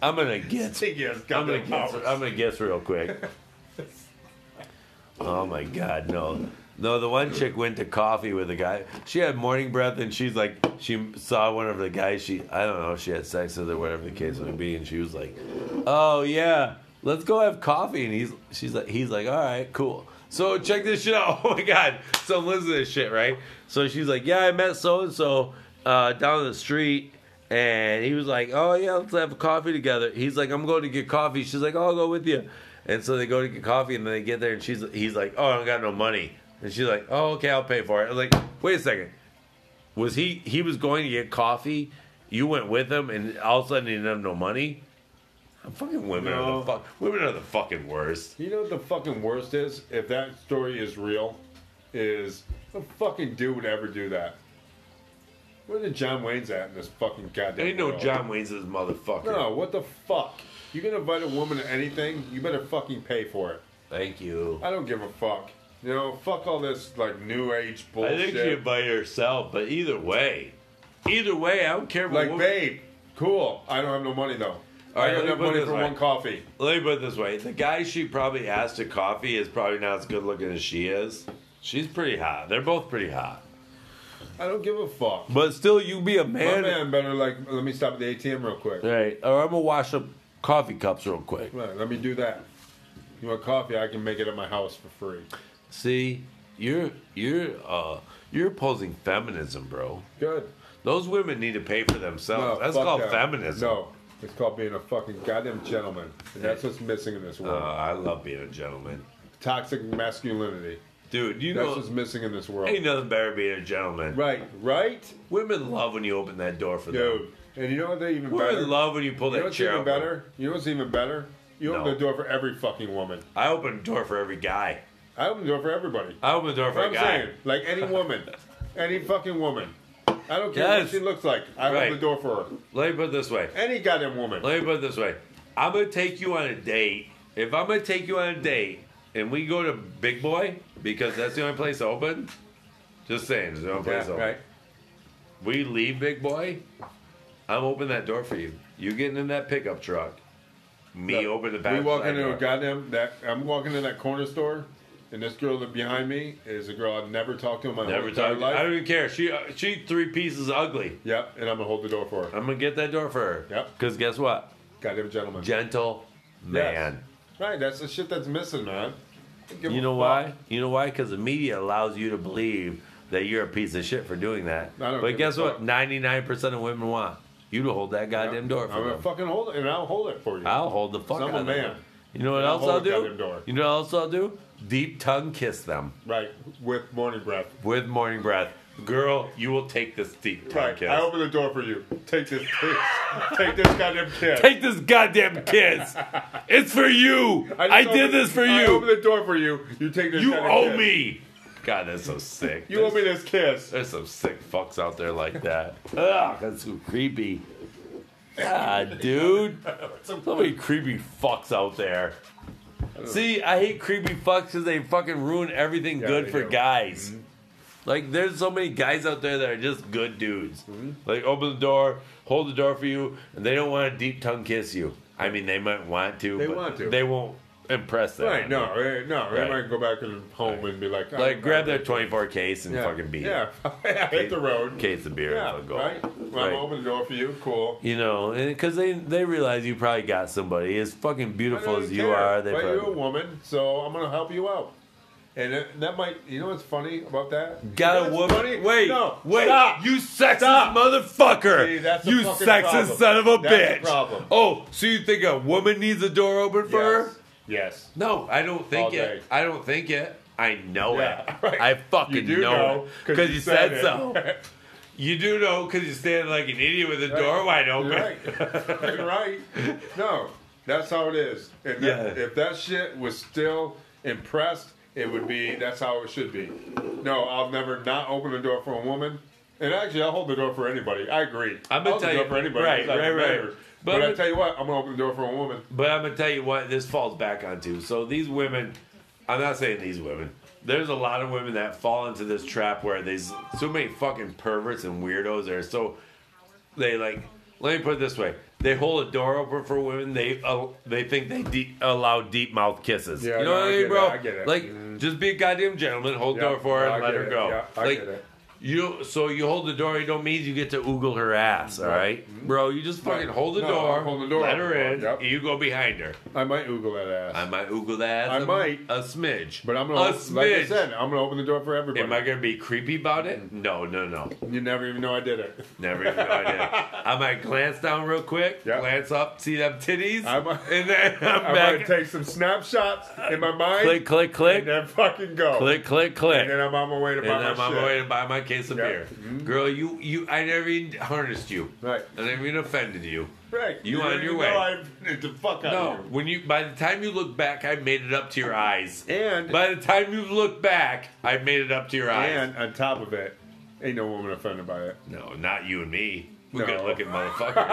[SPEAKER 1] I'm gonna get.
[SPEAKER 2] Big ass
[SPEAKER 1] I'm gonna
[SPEAKER 2] goddamn
[SPEAKER 1] guess.
[SPEAKER 2] hours.
[SPEAKER 1] I'm gonna guess real quick. Oh my god, no, no. The one chick went to coffee with a guy. She had morning breath, and she's like, she saw one of the guys. She, I don't know, if she had sex with or whatever the case may be, and she was like, "Oh yeah, let's go have coffee." And he's, she's like, he's like, "All right, cool." So check this shit out. Oh my god, so listen to this shit, right? So she's like, "Yeah, I met so and so down the street." And he was like, "Oh yeah, let's have coffee together." He's like, "I'm going to get coffee." She's like, "Oh, I'll go with you." And so they go to get coffee, and then they get there, and she's he's like, "Oh, I don't got no money," and she's like, "Oh, okay, I'll pay for it." I was like, "Wait a second, was he he was going to get coffee? You went with him, and all of a sudden he didn't have no money." Fucking women are
[SPEAKER 2] No.
[SPEAKER 1] the fuck. Women are the fucking worst.
[SPEAKER 2] You know what the fucking worst is? If that story is real, is a fucking dude would ever do that. Where the John Wayne's at in this fucking goddamn
[SPEAKER 1] Ain't no
[SPEAKER 2] world?
[SPEAKER 1] John Wayne's this motherfucker.
[SPEAKER 2] No, what the fuck? You gonna invite a woman to anything? You better fucking pay for it.
[SPEAKER 1] Thank you.
[SPEAKER 2] I don't give a fuck. You know, fuck all this like new age
[SPEAKER 1] I
[SPEAKER 2] bullshit.
[SPEAKER 1] think she invited herself, but either way, Either way, I don't care. what
[SPEAKER 2] Like,
[SPEAKER 1] woman-
[SPEAKER 2] babe, cool. I don't have no money though. I
[SPEAKER 1] right,
[SPEAKER 2] have
[SPEAKER 1] let me
[SPEAKER 2] enough
[SPEAKER 1] put it
[SPEAKER 2] money
[SPEAKER 1] this
[SPEAKER 2] for
[SPEAKER 1] way.
[SPEAKER 2] one coffee.
[SPEAKER 1] Let me put it this way: the guy she probably asked to coffee is probably not as good looking as she is. She's pretty hot. They're both pretty hot.
[SPEAKER 2] I don't give a fuck.
[SPEAKER 1] But still, you be a
[SPEAKER 2] My
[SPEAKER 1] man,
[SPEAKER 2] man better like, let me stop at the ATM real quick.
[SPEAKER 1] right? Or I'm gonna wash up coffee cups real quick.
[SPEAKER 2] Right, let me do that. You want coffee? I can make it at my house for free.
[SPEAKER 1] See, you're you're uh you're opposing feminism, bro.
[SPEAKER 2] Good.
[SPEAKER 1] Those women need to pay for themselves. Oh, That's
[SPEAKER 2] fuck
[SPEAKER 1] called
[SPEAKER 2] that.
[SPEAKER 1] feminism.
[SPEAKER 2] No, it's called being a fucking goddamn gentleman. And that's what's missing in this
[SPEAKER 1] Uh,
[SPEAKER 2] world.
[SPEAKER 1] I love being a gentleman,
[SPEAKER 2] Toxic masculinity.
[SPEAKER 1] dude. You
[SPEAKER 2] That's
[SPEAKER 1] know,
[SPEAKER 2] what's missing in this world.
[SPEAKER 1] ain't nothing better than being a gentleman.
[SPEAKER 2] Right, right,
[SPEAKER 1] Women love when you open that door for them.
[SPEAKER 2] dude. And you know what? They even
[SPEAKER 1] Women
[SPEAKER 2] better.
[SPEAKER 1] love when you pull
[SPEAKER 2] you know
[SPEAKER 1] that
[SPEAKER 2] what's
[SPEAKER 1] chair.
[SPEAKER 2] even
[SPEAKER 1] up.
[SPEAKER 2] better? You know what's even better? You open
[SPEAKER 1] No.
[SPEAKER 2] the door for every fucking woman.
[SPEAKER 1] I open the door for every guy.
[SPEAKER 2] I open the door for everybody.
[SPEAKER 1] I open the door for
[SPEAKER 2] What
[SPEAKER 1] a
[SPEAKER 2] I'm
[SPEAKER 1] guy.
[SPEAKER 2] saying, like any woman, any fucking woman. I don't care
[SPEAKER 1] Yes.
[SPEAKER 2] what she looks like. I
[SPEAKER 1] Right.
[SPEAKER 2] open the door for her.
[SPEAKER 1] Let me put it this way.
[SPEAKER 2] Any goddamn woman.
[SPEAKER 1] Let me put it this way. I'm gonna take you on a date. If I'm gonna take you on a date and we go to Big Boy because that's the only place open. Just saying, there's no place
[SPEAKER 2] Yeah,
[SPEAKER 1] open.
[SPEAKER 2] right.
[SPEAKER 1] We leave Big Boy. I'm open that door for you. You getting in that pickup truck. Me
[SPEAKER 2] Look,
[SPEAKER 1] open the
[SPEAKER 2] We
[SPEAKER 1] back.
[SPEAKER 2] walk into
[SPEAKER 1] door.
[SPEAKER 2] a goddamn that. I'm walking to that corner store, and this girl that behind me is a girl I've never talked to in my whole
[SPEAKER 1] Never
[SPEAKER 2] entire
[SPEAKER 1] talk. I
[SPEAKER 2] life.
[SPEAKER 1] don't even care. She uh, she three pieces ugly.
[SPEAKER 2] Yep, and I'm gonna hold the door for her.
[SPEAKER 1] I'm gonna get that door for her.
[SPEAKER 2] Yep.
[SPEAKER 1] Because guess what?
[SPEAKER 2] Goddamn gentleman.
[SPEAKER 1] Gentle
[SPEAKER 2] Yes.
[SPEAKER 1] man.
[SPEAKER 2] Right, that's the shit that's missing, man. Give
[SPEAKER 1] You
[SPEAKER 2] a
[SPEAKER 1] know
[SPEAKER 2] fuck.
[SPEAKER 1] why? You know why? Because the media allows you to believe that you're a piece of shit for doing that.
[SPEAKER 2] I don't
[SPEAKER 1] But
[SPEAKER 2] give
[SPEAKER 1] guess
[SPEAKER 2] a
[SPEAKER 1] what?
[SPEAKER 2] fuck.
[SPEAKER 1] Ninety nine percent of women want you to hold that
[SPEAKER 2] Yep.
[SPEAKER 1] goddamn door
[SPEAKER 2] I'm
[SPEAKER 1] for
[SPEAKER 2] gonna
[SPEAKER 1] them.
[SPEAKER 2] fucking hold it, and I'll hold it for you.
[SPEAKER 1] I'll hold the fuck
[SPEAKER 2] I'm
[SPEAKER 1] out
[SPEAKER 2] a
[SPEAKER 1] of them.
[SPEAKER 2] man.
[SPEAKER 1] You know what
[SPEAKER 2] And I'll
[SPEAKER 1] else
[SPEAKER 2] hold
[SPEAKER 1] I'll
[SPEAKER 2] the
[SPEAKER 1] do?
[SPEAKER 2] goddamn door.
[SPEAKER 1] You know what else I'll do? Deep tongue kiss them
[SPEAKER 2] Right, with morning breath.
[SPEAKER 1] with morning breath. Girl, you will take this deep tongue
[SPEAKER 2] Right,
[SPEAKER 1] kiss.
[SPEAKER 2] I open the door for you. Take this, please. Take this goddamn kiss.
[SPEAKER 1] Take this goddamn kiss. it's for you. I,
[SPEAKER 2] just
[SPEAKER 1] did
[SPEAKER 2] open-
[SPEAKER 1] this for
[SPEAKER 2] I
[SPEAKER 1] you.
[SPEAKER 2] open the door for you. You take this.
[SPEAKER 1] You
[SPEAKER 2] goddamn
[SPEAKER 1] owe
[SPEAKER 2] kiss.
[SPEAKER 1] me. God, that's so sick.
[SPEAKER 2] You owe me this kiss.
[SPEAKER 1] There's some sick fucks out there like that. Ugh, that's so creepy. Ah, dude. So many creepy fucks out there. See, I hate creepy fucks because they fucking ruin everything good
[SPEAKER 2] they
[SPEAKER 1] for
[SPEAKER 2] do. Mm-hmm.
[SPEAKER 1] guys. Like, there's so many guys out there that are just good dudes.
[SPEAKER 2] Mm-hmm.
[SPEAKER 1] Like, open the door, hold the door for you, and they don't want to deep tongue kiss you. I mean, they might want to.
[SPEAKER 2] They
[SPEAKER 1] but
[SPEAKER 2] want to.
[SPEAKER 1] They won't impress that.
[SPEAKER 2] Right,
[SPEAKER 1] on
[SPEAKER 2] no,
[SPEAKER 1] you.
[SPEAKER 2] eh, no. They
[SPEAKER 1] Right.
[SPEAKER 2] might go back and home and be like,
[SPEAKER 1] Like,
[SPEAKER 2] I'm-
[SPEAKER 1] grab
[SPEAKER 2] I'm-
[SPEAKER 1] their 24 case and
[SPEAKER 2] yeah.
[SPEAKER 1] fucking beat
[SPEAKER 2] Yeah, hit the road.
[SPEAKER 1] Case of beer
[SPEAKER 2] Yeah,
[SPEAKER 1] and they'll go.
[SPEAKER 2] right. Well,
[SPEAKER 1] Right.
[SPEAKER 2] I'm open the door for you. Cool.
[SPEAKER 1] You know, because they they realize you probably got somebody as fucking
[SPEAKER 2] I
[SPEAKER 1] beautiful
[SPEAKER 2] don't
[SPEAKER 1] as
[SPEAKER 2] even
[SPEAKER 1] you
[SPEAKER 2] care,
[SPEAKER 1] are. They
[SPEAKER 2] but
[SPEAKER 1] probably,
[SPEAKER 2] you're a woman, so I'm gonna help you out. And it, that might, you know, what's funny about that? You know
[SPEAKER 1] got a
[SPEAKER 2] what's
[SPEAKER 1] woman.
[SPEAKER 2] funny?
[SPEAKER 1] Wait,
[SPEAKER 2] no,
[SPEAKER 1] wait,
[SPEAKER 2] Stop.
[SPEAKER 1] you sexist
[SPEAKER 2] Stop.
[SPEAKER 1] motherfucker!
[SPEAKER 2] See, that's the
[SPEAKER 1] you
[SPEAKER 2] fucking
[SPEAKER 1] sexist
[SPEAKER 2] problem.
[SPEAKER 1] son of a
[SPEAKER 2] That's the
[SPEAKER 1] bitch!
[SPEAKER 2] problem.
[SPEAKER 1] Oh, so you think a woman needs a door open for
[SPEAKER 2] Yes.
[SPEAKER 1] her?
[SPEAKER 2] Yes.
[SPEAKER 1] No, I don't think
[SPEAKER 2] All
[SPEAKER 1] it.
[SPEAKER 2] day.
[SPEAKER 1] I don't think it. I know
[SPEAKER 2] Yeah,
[SPEAKER 1] it.
[SPEAKER 2] right.
[SPEAKER 1] I fucking
[SPEAKER 2] You do
[SPEAKER 1] know
[SPEAKER 2] know
[SPEAKER 1] it because you, said,
[SPEAKER 2] it.
[SPEAKER 1] so. you do know because you stand like an idiot with a door wide open.
[SPEAKER 2] You're right. You're right. No, that's how it is. And that,
[SPEAKER 1] Yeah.
[SPEAKER 2] if that shit was still impressed, it would be. That's how it should be. No, I'll never not open the door for a woman. And actually, I'll hold the door for anybody. I agree.
[SPEAKER 1] I'm gonna
[SPEAKER 2] I'll
[SPEAKER 1] tell
[SPEAKER 2] open the
[SPEAKER 1] you-
[SPEAKER 2] door for anybody.
[SPEAKER 1] right,
[SPEAKER 2] It's not
[SPEAKER 1] right,
[SPEAKER 2] gonna
[SPEAKER 1] right.
[SPEAKER 2] matter.
[SPEAKER 1] But
[SPEAKER 2] But,
[SPEAKER 1] I'm
[SPEAKER 2] I
[SPEAKER 1] gonna-
[SPEAKER 2] tell you what, I'm gonna open the door for a woman.
[SPEAKER 1] But I'm gonna tell you what this falls back onto. So these women, I'm not saying these women. There's a lot of women that fall into this trap where there's so many fucking perverts and weirdos. There, so they like. Let me put it this way: they hold a door open for women. They uh, they think they de- allow deep mouth kisses.
[SPEAKER 2] Yeah,
[SPEAKER 1] you know
[SPEAKER 2] no,
[SPEAKER 1] what
[SPEAKER 2] I
[SPEAKER 1] I mean,
[SPEAKER 2] get
[SPEAKER 1] bro?
[SPEAKER 2] it, I get it.
[SPEAKER 1] Like,
[SPEAKER 2] Mm.
[SPEAKER 1] just be a goddamn gentleman. Hold
[SPEAKER 2] Yeah,
[SPEAKER 1] the door for her
[SPEAKER 2] no,
[SPEAKER 1] and
[SPEAKER 2] I
[SPEAKER 1] let
[SPEAKER 2] get
[SPEAKER 1] her
[SPEAKER 2] it.
[SPEAKER 1] go.
[SPEAKER 2] Yeah, I
[SPEAKER 1] like,
[SPEAKER 2] get it.
[SPEAKER 1] you so you hold the door. You don't mean you get to oogle her ass, all
[SPEAKER 2] Right. Mm-hmm.
[SPEAKER 1] right, bro? You just fucking
[SPEAKER 2] Right.
[SPEAKER 1] hold the
[SPEAKER 2] No,
[SPEAKER 1] door,
[SPEAKER 2] I'm holding the door
[SPEAKER 1] let
[SPEAKER 2] open
[SPEAKER 1] her
[SPEAKER 2] for her.
[SPEAKER 1] in,
[SPEAKER 2] Yep.
[SPEAKER 1] and you go behind her.
[SPEAKER 2] I might oogle that ass,
[SPEAKER 1] I might oogle that.
[SPEAKER 2] I
[SPEAKER 1] as a-
[SPEAKER 2] might.
[SPEAKER 1] a smidge,
[SPEAKER 2] but I'm
[SPEAKER 1] a
[SPEAKER 2] gonna
[SPEAKER 1] smidge.
[SPEAKER 2] like I said, Mm-hmm. I'm gonna open the door for everybody.
[SPEAKER 1] Am I gonna be creepy about it? No, no, no.
[SPEAKER 2] you never even know I did it.
[SPEAKER 1] Never even know I did. I might glance down real quick,
[SPEAKER 2] Yep.
[SPEAKER 1] glance up, see them titties,
[SPEAKER 2] I might-
[SPEAKER 1] and then I'm
[SPEAKER 2] I might
[SPEAKER 1] back.
[SPEAKER 2] take some snapshots in my mind
[SPEAKER 1] click, click,
[SPEAKER 2] and
[SPEAKER 1] click,
[SPEAKER 2] then fucking go.
[SPEAKER 1] click, click, click.
[SPEAKER 2] And then I'm on my way to buy
[SPEAKER 1] and
[SPEAKER 2] my
[SPEAKER 1] I'm on
[SPEAKER 2] shit. Mm-hmm.
[SPEAKER 1] my way to buy my case of
[SPEAKER 2] Yeah.
[SPEAKER 1] beer. Girl, you, you, I never even harnessed you.
[SPEAKER 2] Right.
[SPEAKER 1] I never even offended you.
[SPEAKER 2] Right.
[SPEAKER 1] You on
[SPEAKER 2] didn't
[SPEAKER 1] your
[SPEAKER 2] even
[SPEAKER 1] way.
[SPEAKER 2] know I bit the fuck out
[SPEAKER 1] No,
[SPEAKER 2] of you.
[SPEAKER 1] when you, by the time you look back, I made it up to your eyes.
[SPEAKER 2] And
[SPEAKER 1] By the time you look back, I made it up to your eyes.
[SPEAKER 2] and on top of it, ain't no woman offended by it.
[SPEAKER 1] No, not you and me. We
[SPEAKER 2] No.
[SPEAKER 1] good looking motherfuckers.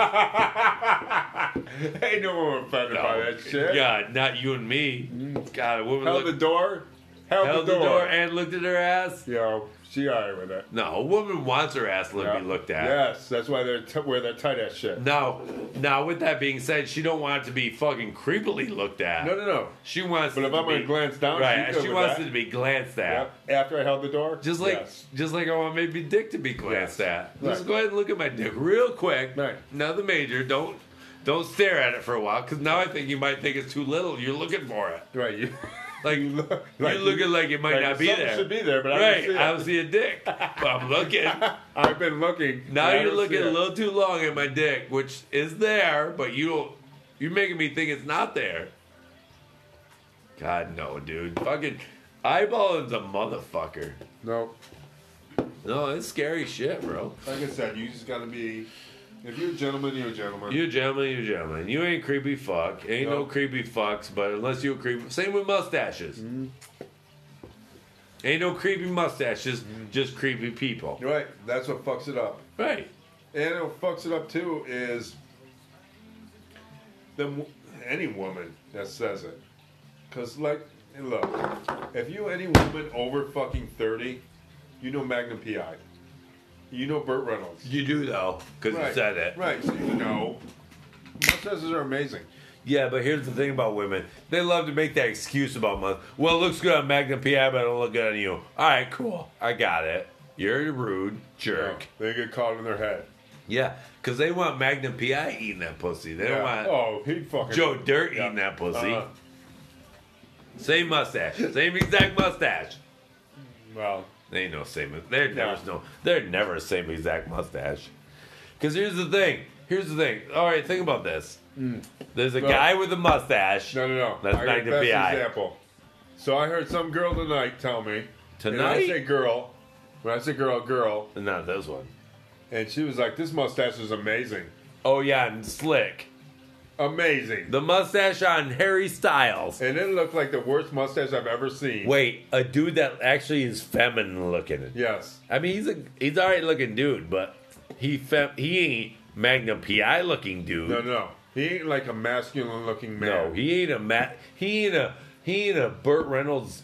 [SPEAKER 2] ain't no woman offended by
[SPEAKER 1] No.
[SPEAKER 2] that shit. Mm.
[SPEAKER 1] God, not you and me. God, a woman
[SPEAKER 2] Held the
[SPEAKER 1] looked,
[SPEAKER 2] door. Held,
[SPEAKER 1] held
[SPEAKER 2] the door.
[SPEAKER 1] and looked at her ass.
[SPEAKER 2] Yo, She alright with it.
[SPEAKER 1] No, a woman wants her ass to
[SPEAKER 2] Yeah.
[SPEAKER 1] be looked at.
[SPEAKER 2] Yes, that's why they're t- wear that tight ass shit.
[SPEAKER 1] Now, now, with that being said, she don't want it to be fucking creepily looked at.
[SPEAKER 2] No, no, no.
[SPEAKER 1] She wants.
[SPEAKER 2] But
[SPEAKER 1] it
[SPEAKER 2] if
[SPEAKER 1] to
[SPEAKER 2] I'm gonna
[SPEAKER 1] be-
[SPEAKER 2] glance down, she
[SPEAKER 1] right?
[SPEAKER 2] good
[SPEAKER 1] She
[SPEAKER 2] with
[SPEAKER 1] wants
[SPEAKER 2] that.
[SPEAKER 1] it to be glanced at.
[SPEAKER 2] Yep. After I held the door,
[SPEAKER 1] Just like,
[SPEAKER 2] yes.
[SPEAKER 1] just like I want maybe dick to be glanced at. Just
[SPEAKER 2] Right.
[SPEAKER 1] go ahead and look at my dick real quick.
[SPEAKER 2] Right.
[SPEAKER 1] Now the major, don't, don't stare at it for a while, because now I think you might think it's too little. You're looking for it.
[SPEAKER 2] right. You,
[SPEAKER 1] Like you
[SPEAKER 2] look-
[SPEAKER 1] are
[SPEAKER 2] like-
[SPEAKER 1] looking like it might
[SPEAKER 2] like,
[SPEAKER 1] not be
[SPEAKER 2] something
[SPEAKER 1] there.
[SPEAKER 2] Should be there, but I don't
[SPEAKER 1] right.
[SPEAKER 2] see it.
[SPEAKER 1] I don't see a dick, but I'm looking.
[SPEAKER 2] I've been looking. and
[SPEAKER 1] Now
[SPEAKER 2] I
[SPEAKER 1] you're
[SPEAKER 2] don't see
[SPEAKER 1] looking a
[SPEAKER 2] it.
[SPEAKER 1] little too long at my dick, which is there, but you don't. You're making me think it's not there. God no, dude. Fucking eyeballing's a motherfucker.
[SPEAKER 2] No.
[SPEAKER 1] No, it's scary shit, bro.
[SPEAKER 2] Like I said, you just gotta be. If you're a gentleman, you're a gentleman.
[SPEAKER 1] You a gentleman, you a gentleman. You ain't creepy fuck. Ain't no
[SPEAKER 2] No.
[SPEAKER 1] creepy fucks, but unless you a creepy same with mustaches. Ain't no creepy mustaches, just creepy people.
[SPEAKER 2] You're right. That's what fucks it up.
[SPEAKER 1] Right.
[SPEAKER 2] And what fucks it up too is them any woman that says it, because like and look, if you any woman over fucking thirty, you know Magnum PI, you know Burt Reynolds,
[SPEAKER 1] You do though, because you said it.
[SPEAKER 2] right? So you know, mustaches are amazing.
[SPEAKER 1] Yeah, but here's the thing about women. They love to make that excuse about month. Well, it looks good on Magnum PI, but it don't look good on you. All right, cool. I got it. You're a rude jerk.
[SPEAKER 2] They get caught in their head.
[SPEAKER 1] Yeah, because they want Magnum PI eating that pussy. They don't want
[SPEAKER 2] oh, he fucking
[SPEAKER 1] Joe Dirt
[SPEAKER 2] Yeah.
[SPEAKER 1] eating that pussy.
[SPEAKER 2] Uh-huh.
[SPEAKER 1] Same mustache. Same exact mustache.
[SPEAKER 2] well,
[SPEAKER 1] They ain't no same. They're
[SPEAKER 2] No.
[SPEAKER 1] never no. They're never same exact mustache. Because here's the thing. Here's the thing. All right, think about this. There's a
[SPEAKER 2] No.
[SPEAKER 1] guy with a mustache.
[SPEAKER 2] Mm. No, no, no.
[SPEAKER 1] That's
[SPEAKER 2] I got
[SPEAKER 1] Magnum
[SPEAKER 2] best
[SPEAKER 1] PI.
[SPEAKER 2] example. So I heard some girl tonight tell me. and when
[SPEAKER 1] Tonight?
[SPEAKER 2] I say girl. When I say girl, girl,
[SPEAKER 1] Not this one.
[SPEAKER 2] and she was like, "This mustache is amazing,
[SPEAKER 1] Oh yeah, and slick.
[SPEAKER 2] amazing,"
[SPEAKER 1] The mustache on Harry Styles.
[SPEAKER 2] and it looked like the worst mustache I've ever seen.
[SPEAKER 1] Wait, a dude that actually is feminine looking.
[SPEAKER 2] Yes.
[SPEAKER 1] I mean, he's a he's all right looking dude, but he fem- he ain't Magnum PI looking dude.
[SPEAKER 2] No, no. He ain't like a masculine-looking man.
[SPEAKER 1] No, he ain't a Matt. He ain't a he ain't a Burt Reynolds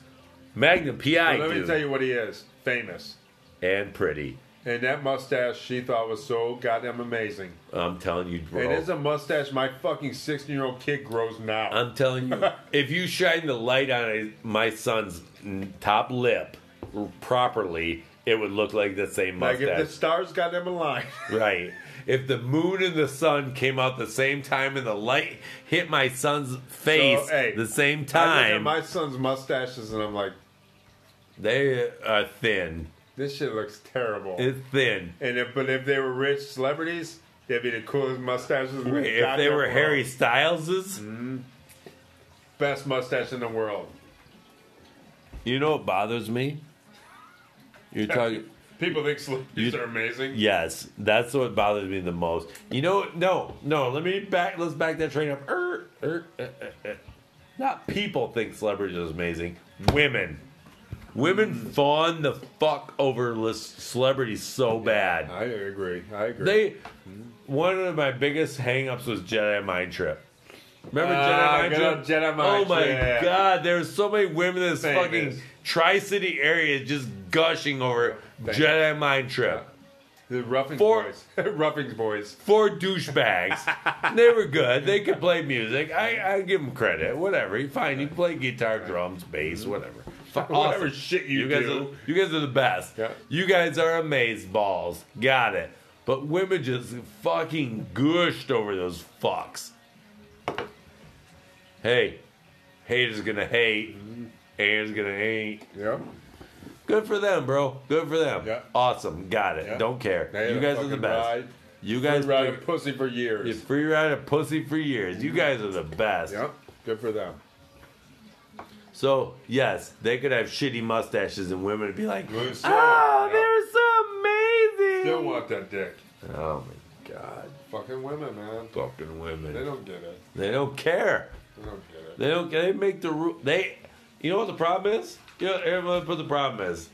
[SPEAKER 1] Magnum PI
[SPEAKER 2] But let
[SPEAKER 1] dude.
[SPEAKER 2] me tell you what he is. Famous.
[SPEAKER 1] And pretty,
[SPEAKER 2] And that mustache she thought was so goddamn amazing.
[SPEAKER 1] I'm telling you, bro.
[SPEAKER 2] And it's a mustache my fucking 16-year-old kid grows now.
[SPEAKER 1] I'm telling you, if you shine the light on his- my son's n- top lip properly, it would look like the same
[SPEAKER 2] like,
[SPEAKER 1] mustache.
[SPEAKER 2] if the stars got them aligned.
[SPEAKER 1] Right. If the moon and the sun came out the same time and the light hit my son's face
[SPEAKER 2] hey,
[SPEAKER 1] the same
[SPEAKER 2] I look at
[SPEAKER 1] time,
[SPEAKER 2] my son's mustaches and I'm like,
[SPEAKER 1] they are thin.
[SPEAKER 2] this shit looks terrible.
[SPEAKER 1] It's thin.
[SPEAKER 2] and if but if they were rich celebrities, they'd be the coolest mustaches. in the
[SPEAKER 1] If they
[SPEAKER 2] goddamn
[SPEAKER 1] were
[SPEAKER 2] world.
[SPEAKER 1] Harry
[SPEAKER 2] Mm.
[SPEAKER 1] Styles's,
[SPEAKER 2] best mustache in the world.
[SPEAKER 1] you know what bothers me? You're talking.
[SPEAKER 2] People think celebrities
[SPEAKER 1] You-
[SPEAKER 2] are amazing.
[SPEAKER 1] Yes, that's what bothers me the most. You know, what? no, no. Let me back. Let's back that train up. Er, er, eh, eh, eh. Not people think celebrities are amazing. Women, women fawn the fuck over lis- celebrities so bad.
[SPEAKER 2] I agree. I agree.
[SPEAKER 1] They. One of my biggest hangups was Jedi Mind Trip. Remember
[SPEAKER 2] Ah,
[SPEAKER 1] Jedi, Mind
[SPEAKER 2] good
[SPEAKER 1] Trip?
[SPEAKER 2] old Jedi Mind
[SPEAKER 1] Oh my
[SPEAKER 2] Trip.
[SPEAKER 1] god, there's so many women in this
[SPEAKER 2] Famous.
[SPEAKER 1] fucking Tri City area just gushing over
[SPEAKER 2] Famous.
[SPEAKER 1] Jedi Mind Trip.
[SPEAKER 2] the Ruffings
[SPEAKER 1] For-
[SPEAKER 2] boys. Ruffings boys.
[SPEAKER 1] four douchebags. they were good. They could play music. I, I give them credit. Whatever. You fine. You play guitar, drums, bass, whatever. F- Awesome.
[SPEAKER 2] Whatever shit you
[SPEAKER 1] guys
[SPEAKER 2] do.
[SPEAKER 1] Are, you guys are the best.
[SPEAKER 2] Yeah.
[SPEAKER 1] You guys are amazed balls. Got it. But women just fucking gushed over those fucks. Hey, haters gonna hate. Haters gonna hate.
[SPEAKER 2] Yeah.
[SPEAKER 1] Good for them, bro. Good for them.
[SPEAKER 2] Yeah.
[SPEAKER 1] Awesome. Got it.
[SPEAKER 2] Yeah.
[SPEAKER 1] Don't care.
[SPEAKER 2] They had
[SPEAKER 1] you
[SPEAKER 2] a
[SPEAKER 1] guys are the
[SPEAKER 2] fucking
[SPEAKER 1] best.
[SPEAKER 2] ride.
[SPEAKER 1] You
[SPEAKER 2] They
[SPEAKER 1] guys
[SPEAKER 2] riding
[SPEAKER 1] freak-
[SPEAKER 2] pussy for years.
[SPEAKER 1] you free ride a pussy for years. You guys are the best.
[SPEAKER 2] Yep. Good for them.
[SPEAKER 1] So yes, they could have shitty mustaches, and women would be like,
[SPEAKER 2] Good stuff.
[SPEAKER 1] "Oh,
[SPEAKER 2] Yep.
[SPEAKER 1] they were
[SPEAKER 2] Still
[SPEAKER 1] so amazing."
[SPEAKER 2] want that dick.
[SPEAKER 1] Oh my god,
[SPEAKER 2] Fucking women, man.
[SPEAKER 1] fucking women.
[SPEAKER 2] They don't get it.
[SPEAKER 1] They don't care.
[SPEAKER 2] They don't get it.
[SPEAKER 1] They don't. They make the rule. They. You know what the problem is? You know, everyone, what the problem is?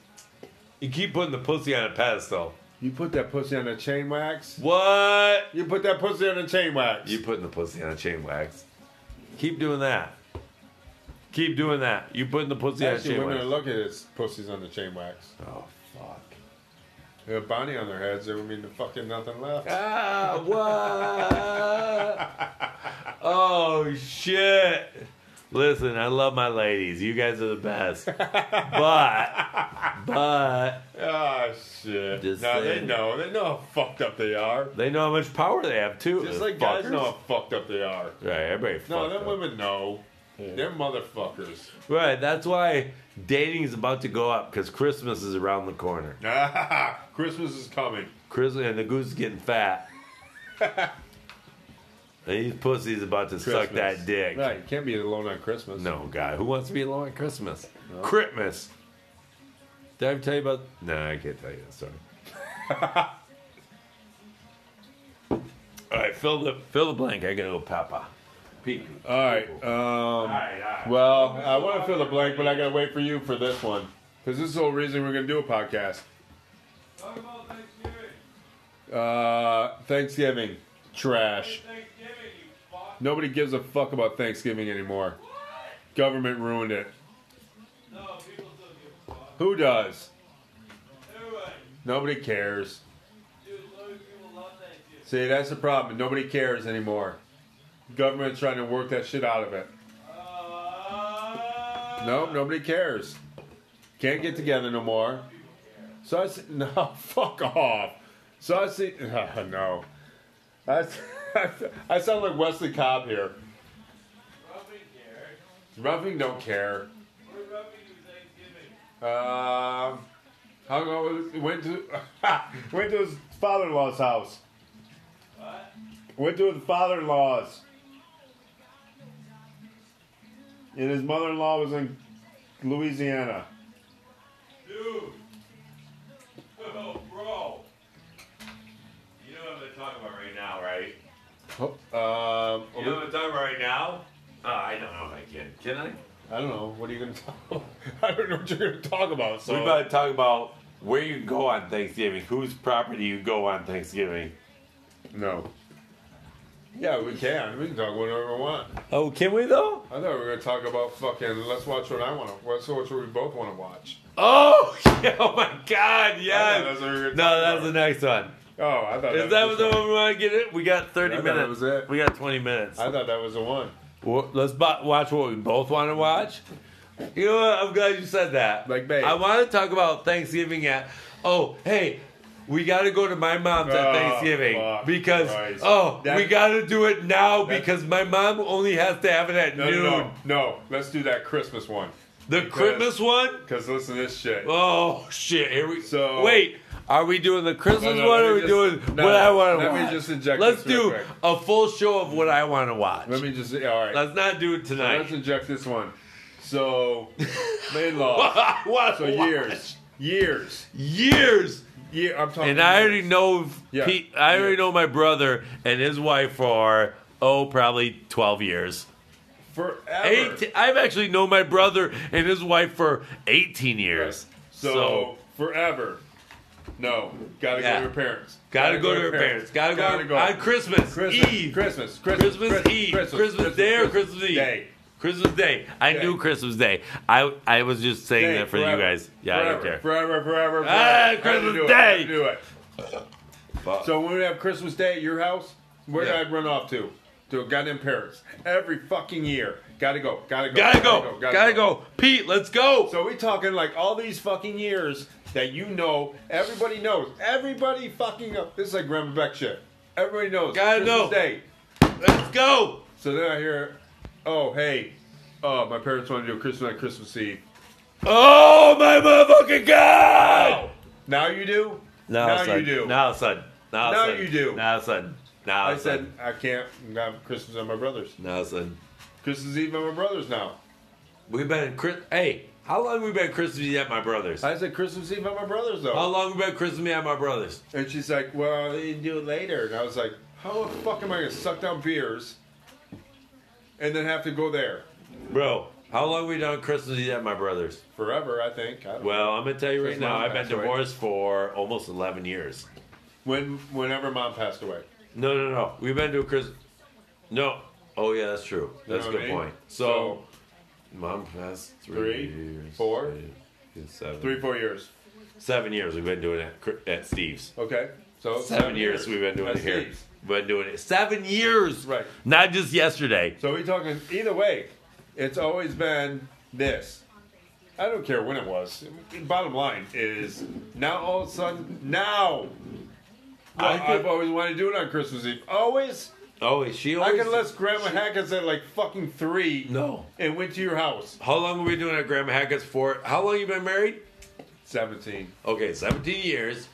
[SPEAKER 1] You keep putting the pussy on a pedestal.
[SPEAKER 2] You put that pussy on a chain wax.
[SPEAKER 1] What?
[SPEAKER 2] You put that pussy on a chain wax.
[SPEAKER 1] You putting the pussy on a chain wax. Keep doing that. Keep doing that. You putting the pussy on a
[SPEAKER 2] Actually,
[SPEAKER 1] chain
[SPEAKER 2] women
[SPEAKER 1] wax.
[SPEAKER 2] are looking at pussies on the chain wax.
[SPEAKER 1] Oh Fuck.
[SPEAKER 2] They had a bounty on their heads. There would be fucking nothing left.
[SPEAKER 1] Ah, what? oh, shit. Listen, I love my ladies. You guys are the best. But, but,
[SPEAKER 2] Ah, shit.
[SPEAKER 1] Just
[SPEAKER 2] no, they
[SPEAKER 1] saying.
[SPEAKER 2] know. They know how fucked up they are.
[SPEAKER 1] they know how much power they have, too.
[SPEAKER 2] Just
[SPEAKER 1] those
[SPEAKER 2] like guys
[SPEAKER 1] fuckers.
[SPEAKER 2] know how fucked up they are.
[SPEAKER 1] Right, everybody
[SPEAKER 2] No,
[SPEAKER 1] fucked
[SPEAKER 2] them
[SPEAKER 1] up.
[SPEAKER 2] women know. They're motherfuckers.
[SPEAKER 1] Right, that's why dating is about to go up because Christmas is around the corner.
[SPEAKER 2] Christmas is coming.
[SPEAKER 1] Christmas and the goose is getting fat. and these pussies about to suck
[SPEAKER 2] Christmas.
[SPEAKER 1] that dick.
[SPEAKER 2] Right, you can't be alone on Christmas.
[SPEAKER 1] No, guy, who wants to be alone at Christmas? Christmas. Did I ever tell you about? No, I can't tell you that. Sorry. All right, fill the fill the blank. I gotta go, Papa. Pee.
[SPEAKER 2] All right. Um,
[SPEAKER 1] right, all right.
[SPEAKER 2] well, I want to fill the blank, but I gotta wait for you for this one because this is the whole reason we're gonna do a podcast.
[SPEAKER 1] Talk about Thanksgiving.
[SPEAKER 2] Uh, Thanksgiving, trash.
[SPEAKER 1] Thanksgiving, you fuck.
[SPEAKER 2] Nobody gives a fuck about Thanksgiving anymore. Government ruined it.
[SPEAKER 1] No, people still give a fuck.
[SPEAKER 2] Who does?
[SPEAKER 1] Anyway,
[SPEAKER 2] Nobody cares.
[SPEAKER 1] dude, loads of people love Thanksgiving.
[SPEAKER 2] See, that's the problem. Nobody cares anymore. Government's trying to work that shit out of it.
[SPEAKER 1] Uh,
[SPEAKER 2] No, nobody cares. Can't get together no more. So I said, no, fuck off. So I see, no. I, s- I sound like Wesley Cobb here.
[SPEAKER 1] Rubbing Garrett.
[SPEAKER 2] Ruffing don't care.
[SPEAKER 1] We're rubbing you Thanksgiving.
[SPEAKER 2] Um, hung over, went to, went to his father-in-law's house.
[SPEAKER 1] What?
[SPEAKER 2] Went to his father-in-law's. And his mother-in-law was in Louisiana.
[SPEAKER 1] Dude. Oh, bro. You know what I'm talking about right now, right? Oh.
[SPEAKER 2] Um,
[SPEAKER 1] You know what I'm talking about right now? Uh, I don't know if I can. Can I?
[SPEAKER 2] I don't know. What are you going to talk? I don't know what you're going to talk about. So
[SPEAKER 1] we about to talk about where you can go on Thanksgiving, whose property you go on Thanksgiving.
[SPEAKER 2] no. Yeah, we can. We can talk whatever we want.
[SPEAKER 1] Oh, can we though?
[SPEAKER 2] I thought we were going to talk about fucking. Let's watch what I want to. Let's watch what we both want to watch.
[SPEAKER 1] Oh, oh my God,
[SPEAKER 2] I thought
[SPEAKER 1] yes.
[SPEAKER 2] that's what we were
[SPEAKER 1] No, that's
[SPEAKER 2] talking
[SPEAKER 1] the next one.
[SPEAKER 2] about. Oh, I thought
[SPEAKER 1] Is
[SPEAKER 2] that
[SPEAKER 1] that
[SPEAKER 2] was
[SPEAKER 1] the
[SPEAKER 2] the one.
[SPEAKER 1] one we want to get it? We got 30
[SPEAKER 2] I thought that
[SPEAKER 1] minutes.
[SPEAKER 2] was it.
[SPEAKER 1] We got 20 minutes.
[SPEAKER 2] I thought that was the one.
[SPEAKER 1] Well, let's bo- watch what we both want to watch. You know what? I'm glad you said that.
[SPEAKER 2] Like, babe.
[SPEAKER 1] I want to talk about Thanksgiving at. Oh, hey, we got to go to my mom's at
[SPEAKER 2] Oh,
[SPEAKER 1] Thanksgiving
[SPEAKER 2] fuck
[SPEAKER 1] because
[SPEAKER 2] Christ.
[SPEAKER 1] oh,
[SPEAKER 2] That-
[SPEAKER 1] we got to do it now
[SPEAKER 2] That-
[SPEAKER 1] because my mom only has to have it at
[SPEAKER 2] No,
[SPEAKER 1] noon.
[SPEAKER 2] no, no, no. Let's do that Christmas one.
[SPEAKER 1] The Christmas one.
[SPEAKER 2] Because listen to this shit.
[SPEAKER 1] Oh shit! Here we
[SPEAKER 2] So-
[SPEAKER 1] wait. Are we doing the Christmas
[SPEAKER 2] No, no,
[SPEAKER 1] one?
[SPEAKER 2] let
[SPEAKER 1] Or are we
[SPEAKER 2] me just-
[SPEAKER 1] doing
[SPEAKER 2] no,
[SPEAKER 1] what I want to
[SPEAKER 2] let
[SPEAKER 1] watch?
[SPEAKER 2] me just inject
[SPEAKER 1] Let's
[SPEAKER 2] this real
[SPEAKER 1] do
[SPEAKER 2] quick.
[SPEAKER 1] a full show of what I want to watch.
[SPEAKER 2] Let me just. All right.
[SPEAKER 1] Let's not do it tonight.
[SPEAKER 2] Let's inject this one. So, main law.
[SPEAKER 1] what?
[SPEAKER 2] So years, years,
[SPEAKER 1] years.
[SPEAKER 2] year. I'm talking.
[SPEAKER 1] And I already
[SPEAKER 2] years.
[SPEAKER 1] know
[SPEAKER 2] Yeah,
[SPEAKER 1] Pete. I already
[SPEAKER 2] years.
[SPEAKER 1] know my brother and his wife for oh, probably twelve years.
[SPEAKER 2] forever.
[SPEAKER 1] Eight. I've actually known my brother and his wife for eighteen
[SPEAKER 2] Right.
[SPEAKER 1] years.
[SPEAKER 2] So, forever. No, gotta
[SPEAKER 1] Yeah.
[SPEAKER 2] go to her parents.
[SPEAKER 1] gotta, go, to her parents. Gotta, go, on Christmas,
[SPEAKER 2] Christmas,
[SPEAKER 1] Eve.
[SPEAKER 2] Christmas, Christmas,
[SPEAKER 1] Christmas, Eve. Christmas, Day or Christmas, Eve.
[SPEAKER 2] Day.
[SPEAKER 1] Christmas Day. I
[SPEAKER 2] Day.
[SPEAKER 1] knew Christmas Day. I I was just saying
[SPEAKER 2] Day,
[SPEAKER 1] that for you
[SPEAKER 2] forever.
[SPEAKER 1] guys. Yeah,
[SPEAKER 2] forever,
[SPEAKER 1] I don't care.
[SPEAKER 2] Forever, forever, forever.
[SPEAKER 1] Ah,
[SPEAKER 2] I had to
[SPEAKER 1] Christmas
[SPEAKER 2] do it.
[SPEAKER 1] Day.
[SPEAKER 2] I had to do it.
[SPEAKER 1] Fuck.
[SPEAKER 2] So when we have Christmas Day at your house, where
[SPEAKER 1] Yeah.
[SPEAKER 2] did I run off to? To a goddamn parents. Every fucking year. Gotta go. Gotta go.
[SPEAKER 1] gotta go. Gotta, go. Pete, let's go.
[SPEAKER 2] So we talking like all these fucking years that you know, everybody knows, everybody fucking knows. This is like Grandma Beck shit. Everybody knows.
[SPEAKER 1] Gotta
[SPEAKER 2] Christmas
[SPEAKER 1] know.
[SPEAKER 2] Day.
[SPEAKER 1] let's go.
[SPEAKER 2] So then I hear, oh hey, oh my parents want to do Christmas on Christmas Eve.
[SPEAKER 1] Oh my motherfucking god!
[SPEAKER 2] Now you do.
[SPEAKER 1] Now,
[SPEAKER 2] now
[SPEAKER 1] all of a
[SPEAKER 2] you
[SPEAKER 1] sudden-
[SPEAKER 2] do.
[SPEAKER 1] Now all of a sudden. Now, all of a
[SPEAKER 2] Now
[SPEAKER 1] sudden,
[SPEAKER 2] you do.
[SPEAKER 1] Now all of a sudden. Now all
[SPEAKER 2] I
[SPEAKER 1] of a
[SPEAKER 2] said
[SPEAKER 1] sudden.
[SPEAKER 2] I can't have Christmas at my brother's.
[SPEAKER 1] Now all of a sudden.
[SPEAKER 2] Christmas Eve at my brother's now.
[SPEAKER 1] We've been at Chris. Hey, how long we been at Christmas Eve at my brother's?
[SPEAKER 2] I said Christmas Eve at my brother's though.
[SPEAKER 1] How long we been at Christmas Eve at my brother's?
[SPEAKER 2] And she's like, well, you can do it later. And I was like, how the fuck am I gonna suck down beers and then have to go there
[SPEAKER 1] Bro, how long we done Christmas Eve at my brother's?
[SPEAKER 2] forever? I think. I don't know.
[SPEAKER 1] Well, I'm gonna tell you right
[SPEAKER 2] Since
[SPEAKER 1] now,
[SPEAKER 2] Mom
[SPEAKER 1] I've been
[SPEAKER 2] passed away.
[SPEAKER 1] divorced for almost 11 years.
[SPEAKER 2] When whenever mom passed away.
[SPEAKER 1] No, no, no. We've been to a Christmas. No. Oh yeah, that's true.
[SPEAKER 2] You
[SPEAKER 1] That's a
[SPEAKER 2] know what
[SPEAKER 1] good
[SPEAKER 2] I mean?
[SPEAKER 1] point. So, mom passed three,
[SPEAKER 2] Three,
[SPEAKER 1] years,
[SPEAKER 2] four,
[SPEAKER 1] six, seven.
[SPEAKER 2] three, four years.
[SPEAKER 1] Seven years we've been doing it at Cr- at Steve's.
[SPEAKER 2] Okay. So
[SPEAKER 1] Seven, years, we've been doing
[SPEAKER 2] That's
[SPEAKER 1] it here.
[SPEAKER 2] Steve's.
[SPEAKER 1] We've been doing it seven years.
[SPEAKER 2] Right.
[SPEAKER 1] Not just yesterday.
[SPEAKER 2] So we talking either way. It's always been this. I don't care when it was. Bottom line is now all of a sudden now.
[SPEAKER 1] I
[SPEAKER 2] I
[SPEAKER 1] think-
[SPEAKER 2] have always wanted to do it on Christmas Eve. Always.
[SPEAKER 1] Oh, is she
[SPEAKER 2] I
[SPEAKER 1] always.
[SPEAKER 2] could left Grandma Hackett's at like fucking three.
[SPEAKER 1] No.
[SPEAKER 2] And went to your house.
[SPEAKER 1] How long were we doing at Grandma Hackett's for? How long you been married?
[SPEAKER 2] Seventeen.
[SPEAKER 1] Okay, 17 years.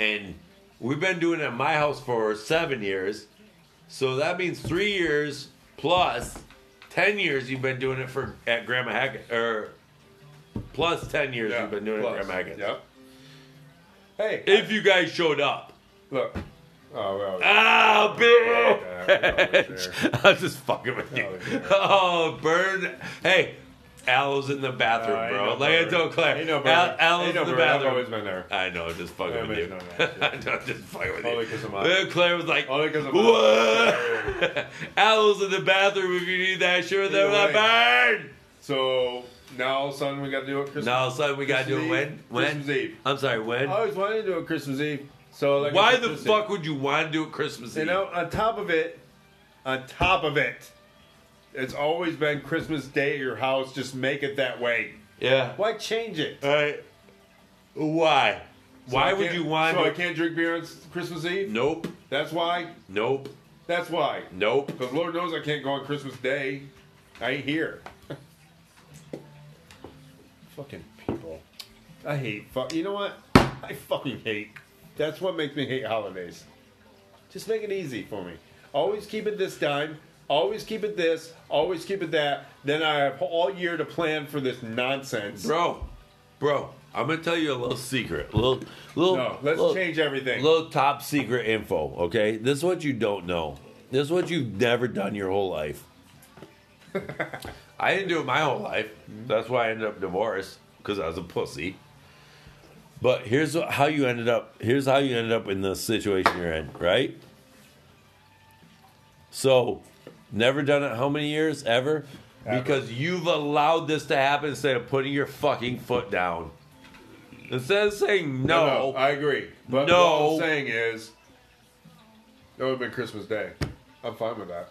[SPEAKER 1] And we've been doing it at my house for seven years. So that means three years plus 10 years you've been doing it for at Grandma Hackett. Or plus 10 years you've been doing it
[SPEAKER 2] plus.
[SPEAKER 1] at Grandma Hackett's.
[SPEAKER 2] Yep. Hey.
[SPEAKER 1] If you guys showed up.
[SPEAKER 2] look. Oh well.
[SPEAKER 1] Ah, bitch!
[SPEAKER 2] yeah, we know it's there.
[SPEAKER 1] I'm just fucking with you.
[SPEAKER 2] Oh, yeah.
[SPEAKER 1] Oh, Burn. Hey, Al's in the bathroom,
[SPEAKER 2] Uh, ain't
[SPEAKER 1] bro.
[SPEAKER 2] no
[SPEAKER 1] like I
[SPEAKER 2] bird.
[SPEAKER 1] told Claire.
[SPEAKER 2] Ain't no bird.
[SPEAKER 1] Al, Al's
[SPEAKER 2] Ain't no
[SPEAKER 1] in the
[SPEAKER 2] bird. I've
[SPEAKER 1] bathroom.
[SPEAKER 2] always been there.
[SPEAKER 1] I know, I'm just fucking
[SPEAKER 2] Yeah,
[SPEAKER 1] with you.
[SPEAKER 2] but no,
[SPEAKER 1] I know, I'm just fucking with
[SPEAKER 2] Only
[SPEAKER 1] you.
[SPEAKER 2] 'cause Oh, I'm hot.
[SPEAKER 1] Uh, Claire was like,
[SPEAKER 2] Only 'cause I'm
[SPEAKER 1] what? Al's in the bathroom if you need that. Sure,
[SPEAKER 2] Either
[SPEAKER 1] there was a burn.
[SPEAKER 2] So now all of a sudden we got to do it Christmas.
[SPEAKER 1] Now, son, we got to do it
[SPEAKER 2] Christmas
[SPEAKER 1] when?
[SPEAKER 2] Eve.
[SPEAKER 1] When?
[SPEAKER 2] Christmas Eve.
[SPEAKER 1] I'm sorry, when?
[SPEAKER 2] I always wanted to do it Christmas Eve. So like
[SPEAKER 1] Why
[SPEAKER 2] Oh, it's
[SPEAKER 1] the
[SPEAKER 2] Christmas Eve.
[SPEAKER 1] fuck would you want to do it Christmas
[SPEAKER 2] You
[SPEAKER 1] Eve?
[SPEAKER 2] know, on top of it, on top of it, it's always been Christmas Day at your house. Just make it that way.
[SPEAKER 1] Yeah.
[SPEAKER 2] Why change it?
[SPEAKER 1] All right. Why?
[SPEAKER 2] I
[SPEAKER 1] Why would
[SPEAKER 2] can't-
[SPEAKER 1] you want
[SPEAKER 2] So I
[SPEAKER 1] to?
[SPEAKER 2] can't drink beer on s- Christmas Eve.
[SPEAKER 1] Nope.
[SPEAKER 2] That's why.
[SPEAKER 1] Nope.
[SPEAKER 2] That's why.
[SPEAKER 1] Nope.
[SPEAKER 2] Because Lord knows I can't go on Christmas Day. I ain't here. fucking people. I hate fuck. You know what? I fucking hate. That's what makes me hate holidays. Just make it easy for me. Always keep it this time. Always keep it this. Always keep it that. Then I have all year to plan for this nonsense.
[SPEAKER 1] Bro, bro, I'm gonna tell you a little secret. Little, little.
[SPEAKER 2] No, let's
[SPEAKER 1] little-
[SPEAKER 2] change everything.
[SPEAKER 1] Little top secret info. Okay, this is what you don't know. This is what you've never done your whole life. I didn't do it my whole life. That's why I ended up divorced because I was a pussy. But here's what- how you ended up. Here's how you ended up in the situation you're in, right? So, never done it how many years? Ever?
[SPEAKER 2] Ever.
[SPEAKER 1] Because you've allowed this to happen instead of putting your fucking foot down. Instead of saying no.
[SPEAKER 2] No, I agree. But
[SPEAKER 1] No.
[SPEAKER 2] what I'm saying is, it would have been Christmas Day. I'm fine with that.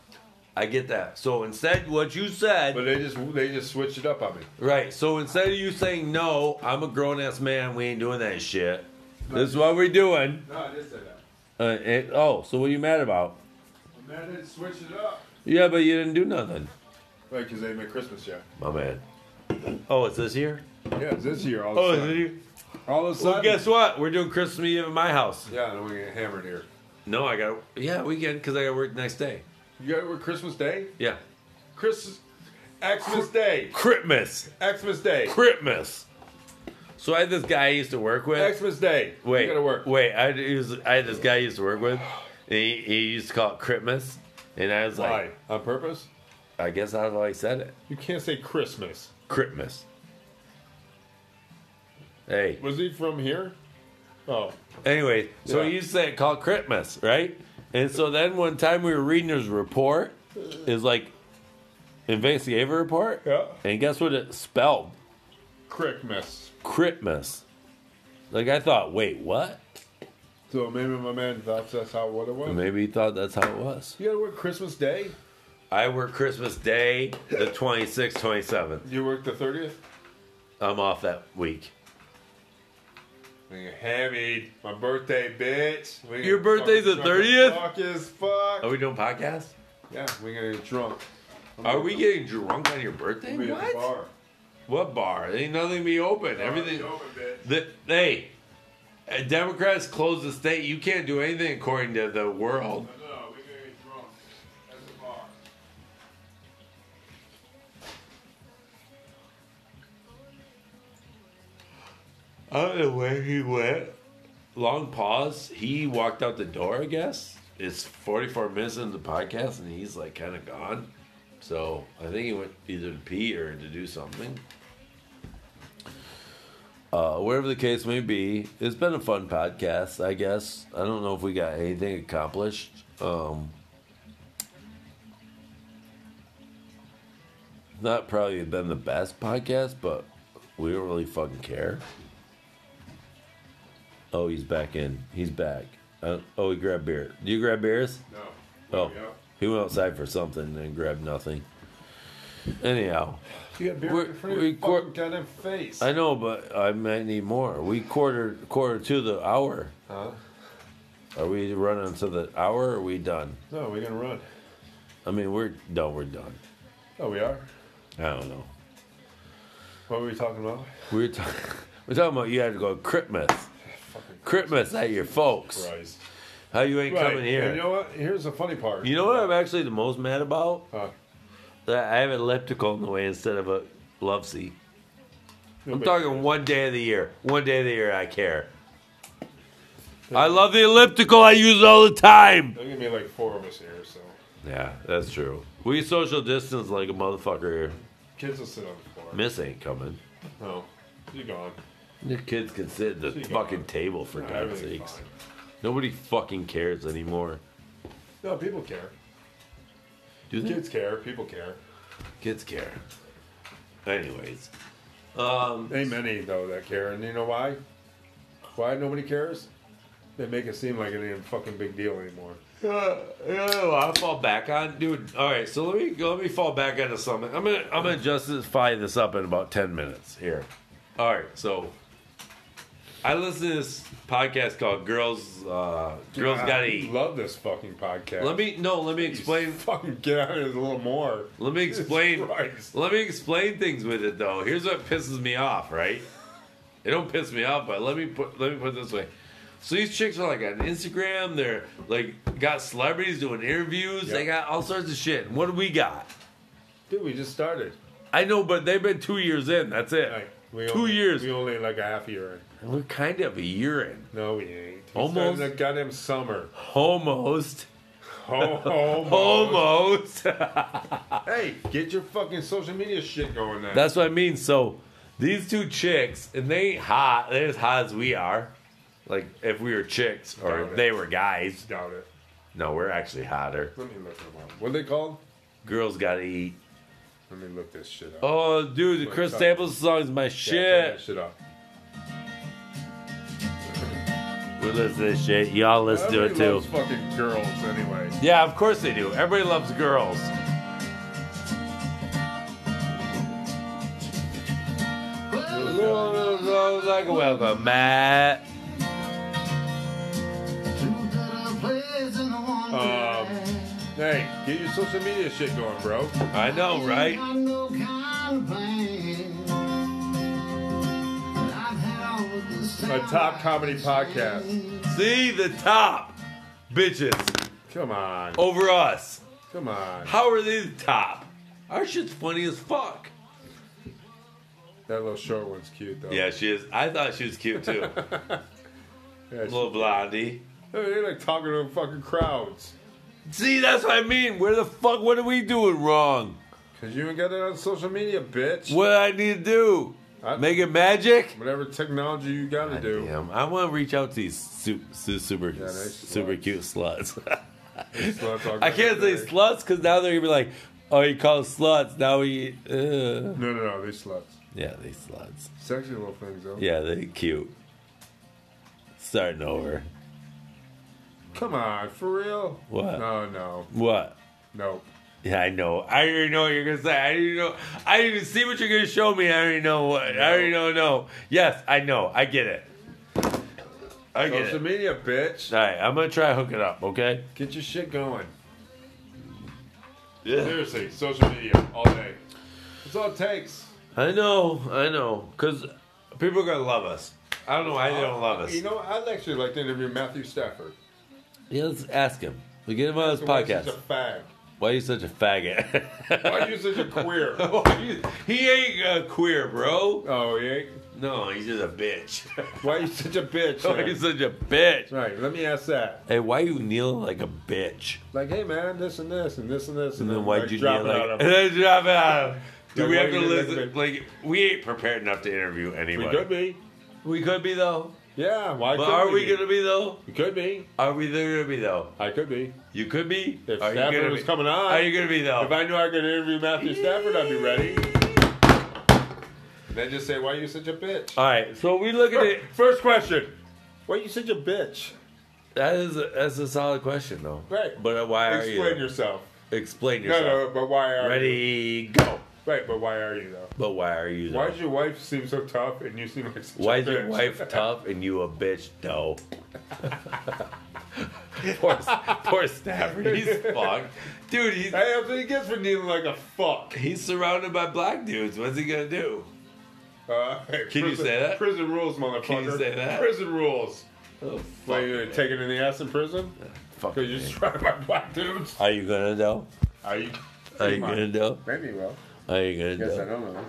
[SPEAKER 1] I get that. So instead, what you said,
[SPEAKER 2] But they just they just switched it up on me.
[SPEAKER 1] right? So instead of you saying no, I'm a grown ass man. We ain't doing that shit. This is what we're doing.
[SPEAKER 2] No, I did say that.
[SPEAKER 1] Uh, it, oh, so what you mad about?
[SPEAKER 2] Man, they switched it up.
[SPEAKER 1] Yeah, but you didn't do nothing,
[SPEAKER 2] Right, because they made Christmas yet.
[SPEAKER 1] my man. Oh, it's this year.
[SPEAKER 2] Yeah, it's this year all
[SPEAKER 1] Oh,
[SPEAKER 2] of a
[SPEAKER 1] it's this
[SPEAKER 2] sudden.
[SPEAKER 1] year.
[SPEAKER 2] All of a
[SPEAKER 1] Well,
[SPEAKER 2] sudden.
[SPEAKER 1] guess what? We're doing Christmas Eve at my house.
[SPEAKER 2] Yeah, and we get hammered here.
[SPEAKER 1] No, I got yeah weekend because I got to work the next day.
[SPEAKER 2] You got it with Christmas Day?
[SPEAKER 1] Yeah,
[SPEAKER 2] Christmas. Xmas Day.
[SPEAKER 1] Christmas,
[SPEAKER 2] Xmas Day.
[SPEAKER 1] Christmas. So I had this guy I used to work with.
[SPEAKER 2] Xmas Day.
[SPEAKER 1] Wait,
[SPEAKER 2] You gotta work.
[SPEAKER 1] wait. I, had- he was, I had this guy I used to work with. And he, he used to call it Christmas, and I was
[SPEAKER 2] Why?
[SPEAKER 1] like,
[SPEAKER 2] On purpose?
[SPEAKER 1] I guess that's how he said it,
[SPEAKER 2] You can't say Christmas.
[SPEAKER 1] Christmas. Hey.
[SPEAKER 2] Was he from here? Oh.
[SPEAKER 1] Anyway, so
[SPEAKER 2] Yeah.
[SPEAKER 1] he used to say it called Christmas, right? And so then one time we were reading his report, is like investigative report,
[SPEAKER 2] Yeah.
[SPEAKER 1] and guess what it spelled?
[SPEAKER 2] Christmas.
[SPEAKER 1] Christmas. Like I thought, wait, what?
[SPEAKER 2] So maybe my man thought that's how what it was.
[SPEAKER 1] Maybe he thought that's how it was.
[SPEAKER 2] You gotta work Christmas Day?
[SPEAKER 1] I work Christmas Day, the 26th, 27th.
[SPEAKER 2] You work the 30th?
[SPEAKER 1] I'm off that week.
[SPEAKER 2] We get hammied. My birthday, bitch. We get
[SPEAKER 1] Your birthday's the
[SPEAKER 2] fucking drunk
[SPEAKER 1] 30th?
[SPEAKER 2] as Fuck as fuck.
[SPEAKER 1] Are we doing podcasts?
[SPEAKER 2] Yeah, we gonna get drunk.
[SPEAKER 1] Are we getting drunk on your birthday?
[SPEAKER 2] We at the
[SPEAKER 1] What?
[SPEAKER 2] bar.
[SPEAKER 1] What bar? There ain't nothing be open. Everything.
[SPEAKER 2] Bar open, bitch.
[SPEAKER 1] The, hey, uh, Democrats close the state. You can't do anything according to the world.
[SPEAKER 2] No, no, we gonna get drunk at the bar.
[SPEAKER 1] I don't know where he went. Long pause. He walked out the door. I guess it's 44 minutes into the podcast, and he's like kind of gone. So I think he went either to pee or to do something. Uh, wherever the case may be, it's been a fun podcast. I guess I don't know if we got anything accomplished. Um, not probably been the best podcast, but we don't really fucking care. Oh, he's back in. He's back. Uh, oh, he grabbed beer. Do you grab beers?
[SPEAKER 2] No.
[SPEAKER 1] Oh, he went outside for something and grabbed nothing. Anyhow,
[SPEAKER 2] You got beer
[SPEAKER 1] We're-
[SPEAKER 2] in front of
[SPEAKER 1] we
[SPEAKER 2] your
[SPEAKER 1] cor-
[SPEAKER 2] fucking goddamn face.
[SPEAKER 1] I know, but I might need more. We quarter quarter to the hour.
[SPEAKER 2] huh?
[SPEAKER 1] Are we running to the hour? Or are we done?
[SPEAKER 2] No, we're gonna run.
[SPEAKER 1] I mean, we're no, we're done.
[SPEAKER 2] Oh, we are.
[SPEAKER 1] I don't know.
[SPEAKER 2] What were we talking about?
[SPEAKER 1] We're talking. We're talking about you had to go to Christmas. Christmas at your folks.
[SPEAKER 2] Christ.
[SPEAKER 1] How you ain't
[SPEAKER 2] Right.
[SPEAKER 1] coming here?
[SPEAKER 2] And you know what? Here's the funny part.
[SPEAKER 1] You know what I'm actually the most mad about?
[SPEAKER 2] Huh.
[SPEAKER 1] That I have an elliptical in the way instead of a love seat. I'm
[SPEAKER 2] Nobody-
[SPEAKER 1] talking one day of the year. One day of the year, I care. I love the elliptical. I use it all the time.
[SPEAKER 2] There's gonna be like four of us here, so
[SPEAKER 1] Yeah, that's true. We social distance like a motherfucker here.
[SPEAKER 2] kids will sit on the floor.
[SPEAKER 1] Miss ain't coming.
[SPEAKER 2] No, you're gone.
[SPEAKER 1] The kids can sit at the
[SPEAKER 2] She
[SPEAKER 1] fucking
[SPEAKER 2] gone.
[SPEAKER 1] table for
[SPEAKER 2] No,
[SPEAKER 1] God's sakes.
[SPEAKER 2] everything's fine.
[SPEAKER 1] Nobody fucking cares anymore.
[SPEAKER 2] No, people care.
[SPEAKER 1] Do they?
[SPEAKER 2] Kids care. People care.
[SPEAKER 1] Kids care. Anyways,
[SPEAKER 2] Ain't many though that care, and you know why? Why nobody cares? They make it seem like it ain't a fucking big deal anymore.
[SPEAKER 1] Yeah, Uh, yeah, well, I'll fall back on, dude. All right, so let me let me fall back onto something. I'm gonna I'm gonna justify this up in about ten minutes here. All right, so I listen to this podcast called Girls uh, Girls
[SPEAKER 2] I
[SPEAKER 1] Gotta Eat.
[SPEAKER 2] Ah, Love this fucking podcast.
[SPEAKER 1] Let me no, let me explain.
[SPEAKER 2] fucking get out of it a little more.
[SPEAKER 1] Let me explain.
[SPEAKER 2] Christ.
[SPEAKER 1] Let me explain things with it though. Here's what pisses me off, right? It don't piss me off, but let me put let me put it this way. So these chicks are like on Instagram. They're like got celebrities doing interviews. They
[SPEAKER 2] Yeah.
[SPEAKER 1] got all sorts of shit. What do we got?
[SPEAKER 2] Dude, we just started.
[SPEAKER 1] I know, but they've been two years in. That's it.
[SPEAKER 2] Like, we
[SPEAKER 1] two
[SPEAKER 2] only-
[SPEAKER 1] years.
[SPEAKER 2] We only like a half year in.
[SPEAKER 1] And We're kind of a year in,
[SPEAKER 2] No, we ain't. We
[SPEAKER 1] Almost.
[SPEAKER 2] started that goddamn summer.
[SPEAKER 1] almost,
[SPEAKER 2] Oh,
[SPEAKER 1] almost.
[SPEAKER 2] Hey, get your fucking social media shit going now.
[SPEAKER 1] That's what I mean. So these two chicks, and they ain't hot. They're as hot as we are. Like if we were chicks or
[SPEAKER 2] Doubt
[SPEAKER 1] if
[SPEAKER 2] it.
[SPEAKER 1] they were guys.
[SPEAKER 2] Doubt it.
[SPEAKER 1] No, we're actually hotter.
[SPEAKER 2] Let me look them up. What are they called?
[SPEAKER 1] Girls gotta eat.
[SPEAKER 2] Let me look this shit up.
[SPEAKER 1] Oh, dude, the
[SPEAKER 2] Wait,
[SPEAKER 1] Chris
[SPEAKER 2] sorry.
[SPEAKER 1] Stapleton song is my
[SPEAKER 2] Yeah, turn
[SPEAKER 1] shit.
[SPEAKER 2] that shit up.
[SPEAKER 1] we listen to this shit. Y'all listen to it
[SPEAKER 2] Everybody
[SPEAKER 1] too.
[SPEAKER 2] loves fucking girls anyway.
[SPEAKER 1] Yeah, of course they do. Everybody loves girls. Like a welcome, Matt.
[SPEAKER 2] Um, hey, get your social media shit going, bro.
[SPEAKER 1] I know,
[SPEAKER 2] Oh,
[SPEAKER 1] right?
[SPEAKER 2] A top comedy podcast.
[SPEAKER 1] See the top bitches
[SPEAKER 2] Come on.
[SPEAKER 1] over us.
[SPEAKER 2] Come on.
[SPEAKER 1] How are they the top? Our shit's funny as fuck.
[SPEAKER 2] That little short one's cute, though.
[SPEAKER 1] Yeah, she is. I thought she was cute too.
[SPEAKER 2] Yeah, she-
[SPEAKER 1] Little blondie.
[SPEAKER 2] Hey, They're like talking to fucking crowds.
[SPEAKER 1] See, that's what I mean. Where the fuck? What are we doing wrong?
[SPEAKER 2] Because you ain't got it on social media, bitch.
[SPEAKER 1] What do I need to do?
[SPEAKER 2] I-
[SPEAKER 1] Make it magic?
[SPEAKER 2] Whatever technology you gotta do.
[SPEAKER 1] Damn, I want to reach out to these super, super,
[SPEAKER 2] they're
[SPEAKER 1] super
[SPEAKER 2] sluts.
[SPEAKER 1] cute sluts.
[SPEAKER 2] So that's all
[SPEAKER 1] I can't say
[SPEAKER 2] good.
[SPEAKER 1] sluts because now they're gonna be like, oh, you call us sluts. Now we, uh.
[SPEAKER 2] No, no, no, they sluts.
[SPEAKER 1] yeah, they sluts.
[SPEAKER 2] Sexy little things, though.
[SPEAKER 1] Yeah, they cute. Starting over.
[SPEAKER 2] Come on, for real?
[SPEAKER 1] What?
[SPEAKER 2] No, no,
[SPEAKER 1] What?
[SPEAKER 2] nope.
[SPEAKER 1] Yeah, I know. I already know what you're gonna say. I already know. I didn't even see what you're gonna show me. I already know what. I already know. No. Yes, I know. I get it. I get
[SPEAKER 2] Social
[SPEAKER 1] it.
[SPEAKER 2] media, bitch.
[SPEAKER 1] All right, I'm gonna try to hook it up. Okay.
[SPEAKER 2] Get your shit going.
[SPEAKER 1] Yeah.
[SPEAKER 2] Seriously, social media all day. That's all it takes.
[SPEAKER 1] I know. I know. Cause people are gonna love us. I don't know why they don't love us.
[SPEAKER 2] You know, I'd actually like to interview Matthew Stafford.
[SPEAKER 1] Yeah, let's ask him. We get him on this
[SPEAKER 2] So why is he
[SPEAKER 1] podcast.
[SPEAKER 2] Such a fag.
[SPEAKER 1] Why are you such a faggot?
[SPEAKER 2] Why are you such a queer?
[SPEAKER 1] Why are you- he ain't uh, queer, bro.
[SPEAKER 2] oh, yeah.
[SPEAKER 1] No, he's just a bitch.
[SPEAKER 2] Why are you such a bitch?
[SPEAKER 1] Why
[SPEAKER 2] man?
[SPEAKER 1] you such a bitch?
[SPEAKER 2] Right. Let me ask that.
[SPEAKER 1] Hey, why you kneeling like a bitch?
[SPEAKER 2] Like, hey, man, this and this and this and this
[SPEAKER 1] And
[SPEAKER 2] and,
[SPEAKER 1] then why'd
[SPEAKER 2] like,
[SPEAKER 1] you
[SPEAKER 2] drop
[SPEAKER 1] kneel
[SPEAKER 2] it
[SPEAKER 1] like?
[SPEAKER 2] on
[SPEAKER 1] And
[SPEAKER 2] him.
[SPEAKER 1] then drop it out of him. Do
[SPEAKER 2] Like,
[SPEAKER 1] we
[SPEAKER 2] why
[SPEAKER 1] have
[SPEAKER 2] you
[SPEAKER 1] to
[SPEAKER 2] kneel like a
[SPEAKER 1] listen? Like, we ain't prepared enough to interview
[SPEAKER 2] We
[SPEAKER 1] anybody.
[SPEAKER 2] could be.
[SPEAKER 1] We could be though.
[SPEAKER 2] Yeah. Why?
[SPEAKER 1] But
[SPEAKER 2] could
[SPEAKER 1] are we
[SPEAKER 2] be?
[SPEAKER 1] gonna be though?
[SPEAKER 2] We could be.
[SPEAKER 1] Are we there gonna be though?
[SPEAKER 2] I could be.
[SPEAKER 1] You could be.
[SPEAKER 2] If
[SPEAKER 1] are you
[SPEAKER 2] Stafford
[SPEAKER 1] gonna
[SPEAKER 2] was
[SPEAKER 1] be-
[SPEAKER 2] coming on-
[SPEAKER 1] are you gonna be though?
[SPEAKER 2] If I knew I could interview Matthew Stafford, I'd be ready. Then just say, why are you such a bitch?
[SPEAKER 1] All right, so we look at it.
[SPEAKER 2] First question. Why are you such a bitch?
[SPEAKER 1] That is a, that's a solid question, though.
[SPEAKER 2] Right.
[SPEAKER 1] But uh, why are you?
[SPEAKER 2] Explain yourself.
[SPEAKER 1] Explain
[SPEAKER 2] No,
[SPEAKER 1] yourself.
[SPEAKER 2] no, but why are you?
[SPEAKER 1] Ready, go.
[SPEAKER 2] Right, but why are you though?
[SPEAKER 1] But why are you? Though?
[SPEAKER 2] Why does your wife seem so tough and you seem like such
[SPEAKER 1] Why
[SPEAKER 2] a
[SPEAKER 1] is your
[SPEAKER 2] bitch?
[SPEAKER 1] wife tough and you a bitch? No. poor, poor Stafford. He's fucked. Dude, he's,
[SPEAKER 2] Hey, that's what he gets for kneeling like a fuck.
[SPEAKER 1] he's surrounded by black dudes. What's he going to do?
[SPEAKER 2] Uh,
[SPEAKER 1] Can you say that?
[SPEAKER 2] Prison rules, motherfucker.
[SPEAKER 1] Can you say that?
[SPEAKER 2] Prison rules.
[SPEAKER 1] Oh,
[SPEAKER 2] Why
[SPEAKER 1] fuck.
[SPEAKER 2] you
[SPEAKER 1] man.
[SPEAKER 2] taking in the ass in prison?
[SPEAKER 1] Fuck
[SPEAKER 2] Because you're
[SPEAKER 1] man.
[SPEAKER 2] surrounded by black dudes.
[SPEAKER 1] Are you going to know?
[SPEAKER 2] Are you?
[SPEAKER 1] Are you going to know?
[SPEAKER 2] Maybe well.
[SPEAKER 1] Are you going to
[SPEAKER 2] Guess I
[SPEAKER 1] know?
[SPEAKER 2] don't know.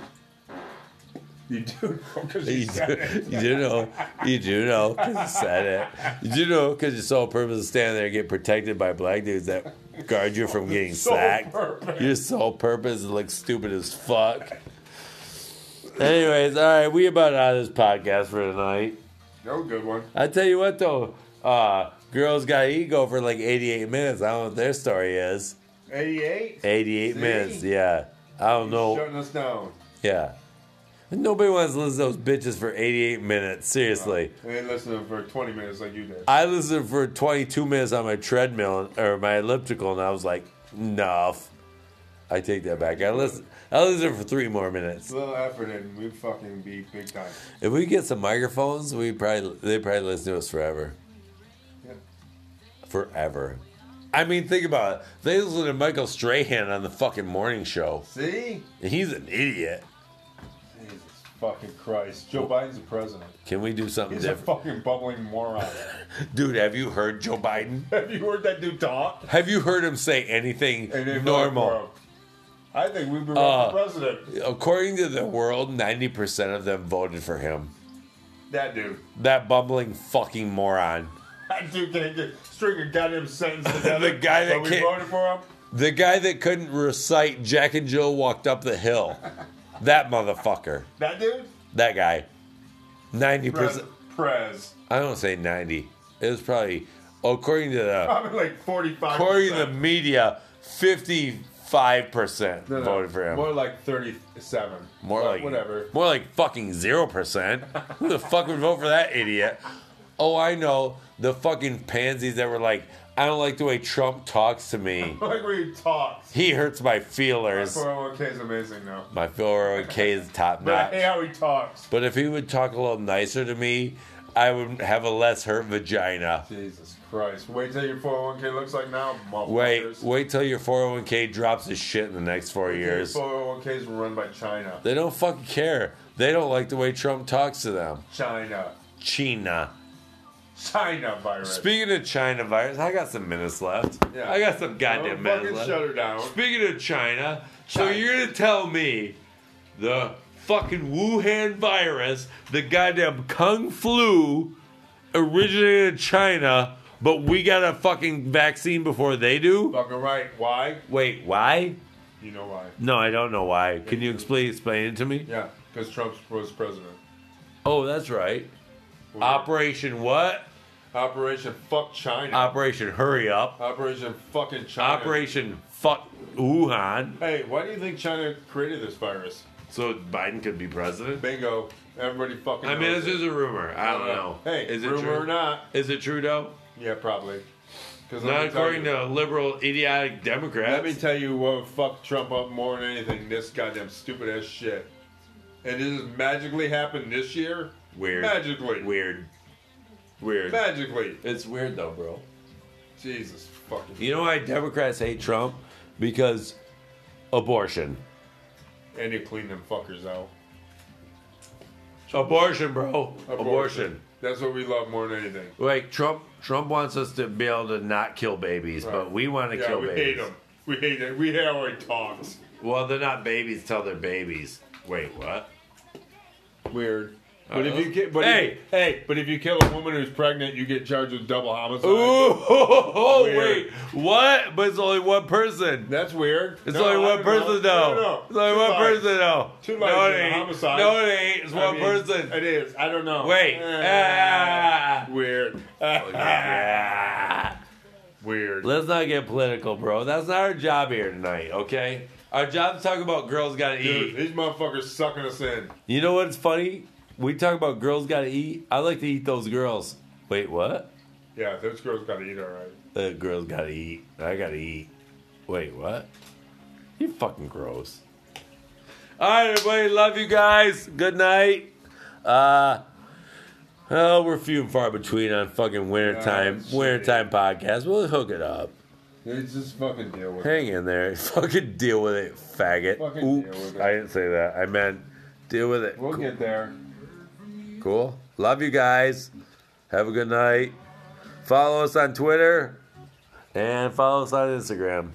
[SPEAKER 2] You do because you,
[SPEAKER 1] You
[SPEAKER 2] said
[SPEAKER 1] do,
[SPEAKER 2] it.
[SPEAKER 1] you do know, you do know, because you said it. You do know, because your sole purpose is standing there and get protected by black dudes that guard you from getting
[SPEAKER 2] Sole
[SPEAKER 1] sacked.
[SPEAKER 2] purpose.
[SPEAKER 1] Your sole purpose is like stupid as fuck. Anyways, all right, we about out of this podcast for tonight.
[SPEAKER 2] No good one.
[SPEAKER 1] I tell you what though, uh, girls got ego for like 88 minutes. I don't know what their story is.
[SPEAKER 2] 88.
[SPEAKER 1] 88
[SPEAKER 2] See?
[SPEAKER 1] minutes, yeah. I don't know.
[SPEAKER 2] Shutting us down.
[SPEAKER 1] Yeah. And nobody wants to listen to those bitches for 88 minutes. Seriously.
[SPEAKER 2] We ain't listening for 20 minutes like you did.
[SPEAKER 1] I listened for 22 minutes on my treadmill or my elliptical, and I was like, enough. I take that back. I listened, I listened for three more minutes.
[SPEAKER 2] A little effort and we fucking be big time.
[SPEAKER 1] If we get some microphones, we probably they probably listen to us forever,
[SPEAKER 2] Yeah.
[SPEAKER 1] forever. I mean, think about it. They listen to Michael Strahan on the fucking morning show.
[SPEAKER 2] See?
[SPEAKER 1] And he's an idiot.
[SPEAKER 2] Jesus fucking Christ. Joe Biden's the president.
[SPEAKER 1] Can we do something
[SPEAKER 2] He's
[SPEAKER 1] different,
[SPEAKER 2] a fucking bubbling moron.
[SPEAKER 1] dude? Have you heard Joe Biden?
[SPEAKER 2] Have you heard that dude talk?
[SPEAKER 1] Have you heard him say anything
[SPEAKER 2] And they're like,
[SPEAKER 1] normal?
[SPEAKER 2] "Bro, I think we've been
[SPEAKER 1] Uh,
[SPEAKER 2] the president.
[SPEAKER 1] According to the world, 90% of them voted for him.
[SPEAKER 2] That dude.
[SPEAKER 1] That bumbling fucking moron.
[SPEAKER 2] That dude can't get string a goddamn sentence together.
[SPEAKER 1] The guy that
[SPEAKER 2] but we
[SPEAKER 1] can't-
[SPEAKER 2] voted for him.
[SPEAKER 1] The guy that couldn't recite Jack and Jill walked up the hill. That motherfucker.
[SPEAKER 2] That dude?
[SPEAKER 1] That guy. 90%.
[SPEAKER 2] Prez. Prez.
[SPEAKER 1] I don't say 90. It was probably, according to the,
[SPEAKER 2] Probably like 45.
[SPEAKER 1] according to the media, 55%
[SPEAKER 2] No, no,
[SPEAKER 1] voted for him.
[SPEAKER 2] More like 37.
[SPEAKER 1] More
[SPEAKER 2] But
[SPEAKER 1] like
[SPEAKER 2] Whatever.
[SPEAKER 1] More like fucking zero percent. Who the fuck would vote for that idiot? Oh, I know the fucking pansies that were like, I don't like the way Trump talks to me.
[SPEAKER 2] Like we talked.
[SPEAKER 1] He hurts my feelers.
[SPEAKER 2] 401k is amazing now.
[SPEAKER 1] My 401k is top
[SPEAKER 2] But I hate
[SPEAKER 1] notch.
[SPEAKER 2] how he talks.
[SPEAKER 1] But if he would talk a little nicer to me, I would have a less hurt vagina.
[SPEAKER 2] Jesus Christ. Wait till your 401k looks like now, motherfuckers.
[SPEAKER 1] Wait, wait till your 401k drops his shit in the next four years.
[SPEAKER 2] 401ks were run by China.
[SPEAKER 1] They don't fucking care. They don't like the way Trump talks to them.
[SPEAKER 2] China.
[SPEAKER 1] China.
[SPEAKER 2] China virus.
[SPEAKER 1] Speaking of China virus, I got some minutes left.
[SPEAKER 2] Yeah.
[SPEAKER 1] I got some
[SPEAKER 2] Don't
[SPEAKER 1] goddamn minutes
[SPEAKER 2] fucking
[SPEAKER 1] left.
[SPEAKER 2] shut her down.
[SPEAKER 1] Speaking of China, so
[SPEAKER 2] China.
[SPEAKER 1] you're gonna tell me the fucking Wuhan virus, the goddamn Kung flu, originated in China, but we got a fucking vaccine before they do?
[SPEAKER 2] Fucking right. Why?
[SPEAKER 1] Wait, why?
[SPEAKER 2] You know why.
[SPEAKER 1] No, I don't know why. Can you explain explain it to me?
[SPEAKER 2] Yeah, because Trump was president.
[SPEAKER 1] Oh, that's right. Operation what?
[SPEAKER 2] Operation fuck China.
[SPEAKER 1] Operation hurry up.
[SPEAKER 2] Operation fucking China.
[SPEAKER 1] Operation fuck Wuhan.
[SPEAKER 2] Hey, why do you think China created this virus?
[SPEAKER 1] So Biden could be president?
[SPEAKER 2] Bingo. Everybody fucking
[SPEAKER 1] I mean,
[SPEAKER 2] knows
[SPEAKER 1] this
[SPEAKER 2] it.
[SPEAKER 1] is a rumor. I don't know.
[SPEAKER 2] Hey,
[SPEAKER 1] is it
[SPEAKER 2] rumor
[SPEAKER 1] true?
[SPEAKER 2] or not.
[SPEAKER 1] Is it true though?
[SPEAKER 2] Yeah, probably. Because
[SPEAKER 1] Not according to liberal, idiotic Democrats.
[SPEAKER 2] Let me tell you what fucked Trump up more than anything. This goddamn stupid ass shit. And it just magically happened this year.
[SPEAKER 1] weird.
[SPEAKER 2] Magically.
[SPEAKER 1] Weird. Weird.
[SPEAKER 2] Magically.
[SPEAKER 1] it's weird though, bro.
[SPEAKER 2] Jesus fucking.
[SPEAKER 1] You know why Democrats hate Trump? Because abortion.
[SPEAKER 2] And you clean them fuckers out.
[SPEAKER 1] Abortion, bro. Abortion.
[SPEAKER 2] That's what we love more than anything.
[SPEAKER 1] Like Trump. Trump wants us to be able to not kill babies, but
[SPEAKER 2] Right.
[SPEAKER 1] we want to
[SPEAKER 2] Yeah,
[SPEAKER 1] kill
[SPEAKER 2] we
[SPEAKER 1] babies.
[SPEAKER 2] hate them. We hate it. We hate how he talks.
[SPEAKER 1] Well, they're not babies till they're babies. Wait, what?
[SPEAKER 2] Weird. But
[SPEAKER 1] Uh-oh.
[SPEAKER 2] if you get, but
[SPEAKER 1] Uh, Hey,
[SPEAKER 2] if, hey, but if you kill a woman who's pregnant, you get charged with double homicide.
[SPEAKER 1] Ooh,
[SPEAKER 2] Weird.
[SPEAKER 1] wait, what? But it's only one person.
[SPEAKER 2] That's weird.
[SPEAKER 1] It's
[SPEAKER 2] No,
[SPEAKER 1] only
[SPEAKER 2] I
[SPEAKER 1] one
[SPEAKER 2] don't
[SPEAKER 1] person,
[SPEAKER 2] know.
[SPEAKER 1] though.
[SPEAKER 2] No, no, no.
[SPEAKER 1] It's only
[SPEAKER 2] Two
[SPEAKER 1] one
[SPEAKER 2] lives.
[SPEAKER 1] person, though.
[SPEAKER 2] Two lives
[SPEAKER 1] no,
[SPEAKER 2] in
[SPEAKER 1] it
[SPEAKER 2] a
[SPEAKER 1] ain't.
[SPEAKER 2] homicide.
[SPEAKER 1] No, it ain't. It's
[SPEAKER 2] I
[SPEAKER 1] one
[SPEAKER 2] mean,
[SPEAKER 1] person.
[SPEAKER 2] It is. I don't know.
[SPEAKER 1] Wait.
[SPEAKER 2] Eh,
[SPEAKER 1] Ah.
[SPEAKER 2] Weird.
[SPEAKER 1] Yeah.
[SPEAKER 2] Weird.
[SPEAKER 1] Ah. Let's not get political, bro. That's not our job here tonight, okay? Our job is talk about girls gotta
[SPEAKER 2] Dude,
[SPEAKER 1] eat.
[SPEAKER 2] these motherfuckers sucking us in.
[SPEAKER 1] You know what's funny? We talk about girls gotta eat. I like to eat those girls. Wait, what?
[SPEAKER 2] Yeah, those girls gotta eat alright.
[SPEAKER 1] The girl's gotta eat. I gotta eat. Wait, what? You fucking gross. All right, everybody. Love you guys. Good night. Uh, oh, we're few and far between on fucking wintertime,
[SPEAKER 2] Yeah, Ah, shit.
[SPEAKER 1] wintertime podcast. We'll hook it up.
[SPEAKER 2] They just fucking deal with it.
[SPEAKER 1] Hang in there. Fucking deal with it, faggot.
[SPEAKER 2] Fucking deal
[SPEAKER 1] Oops.
[SPEAKER 2] with it.
[SPEAKER 1] I didn't say that. I meant deal with it.
[SPEAKER 2] We'll
[SPEAKER 1] Cool.
[SPEAKER 2] get there.
[SPEAKER 1] Cool. Love you guys. Have a good night. Follow us on Twitter and follow us on Instagram.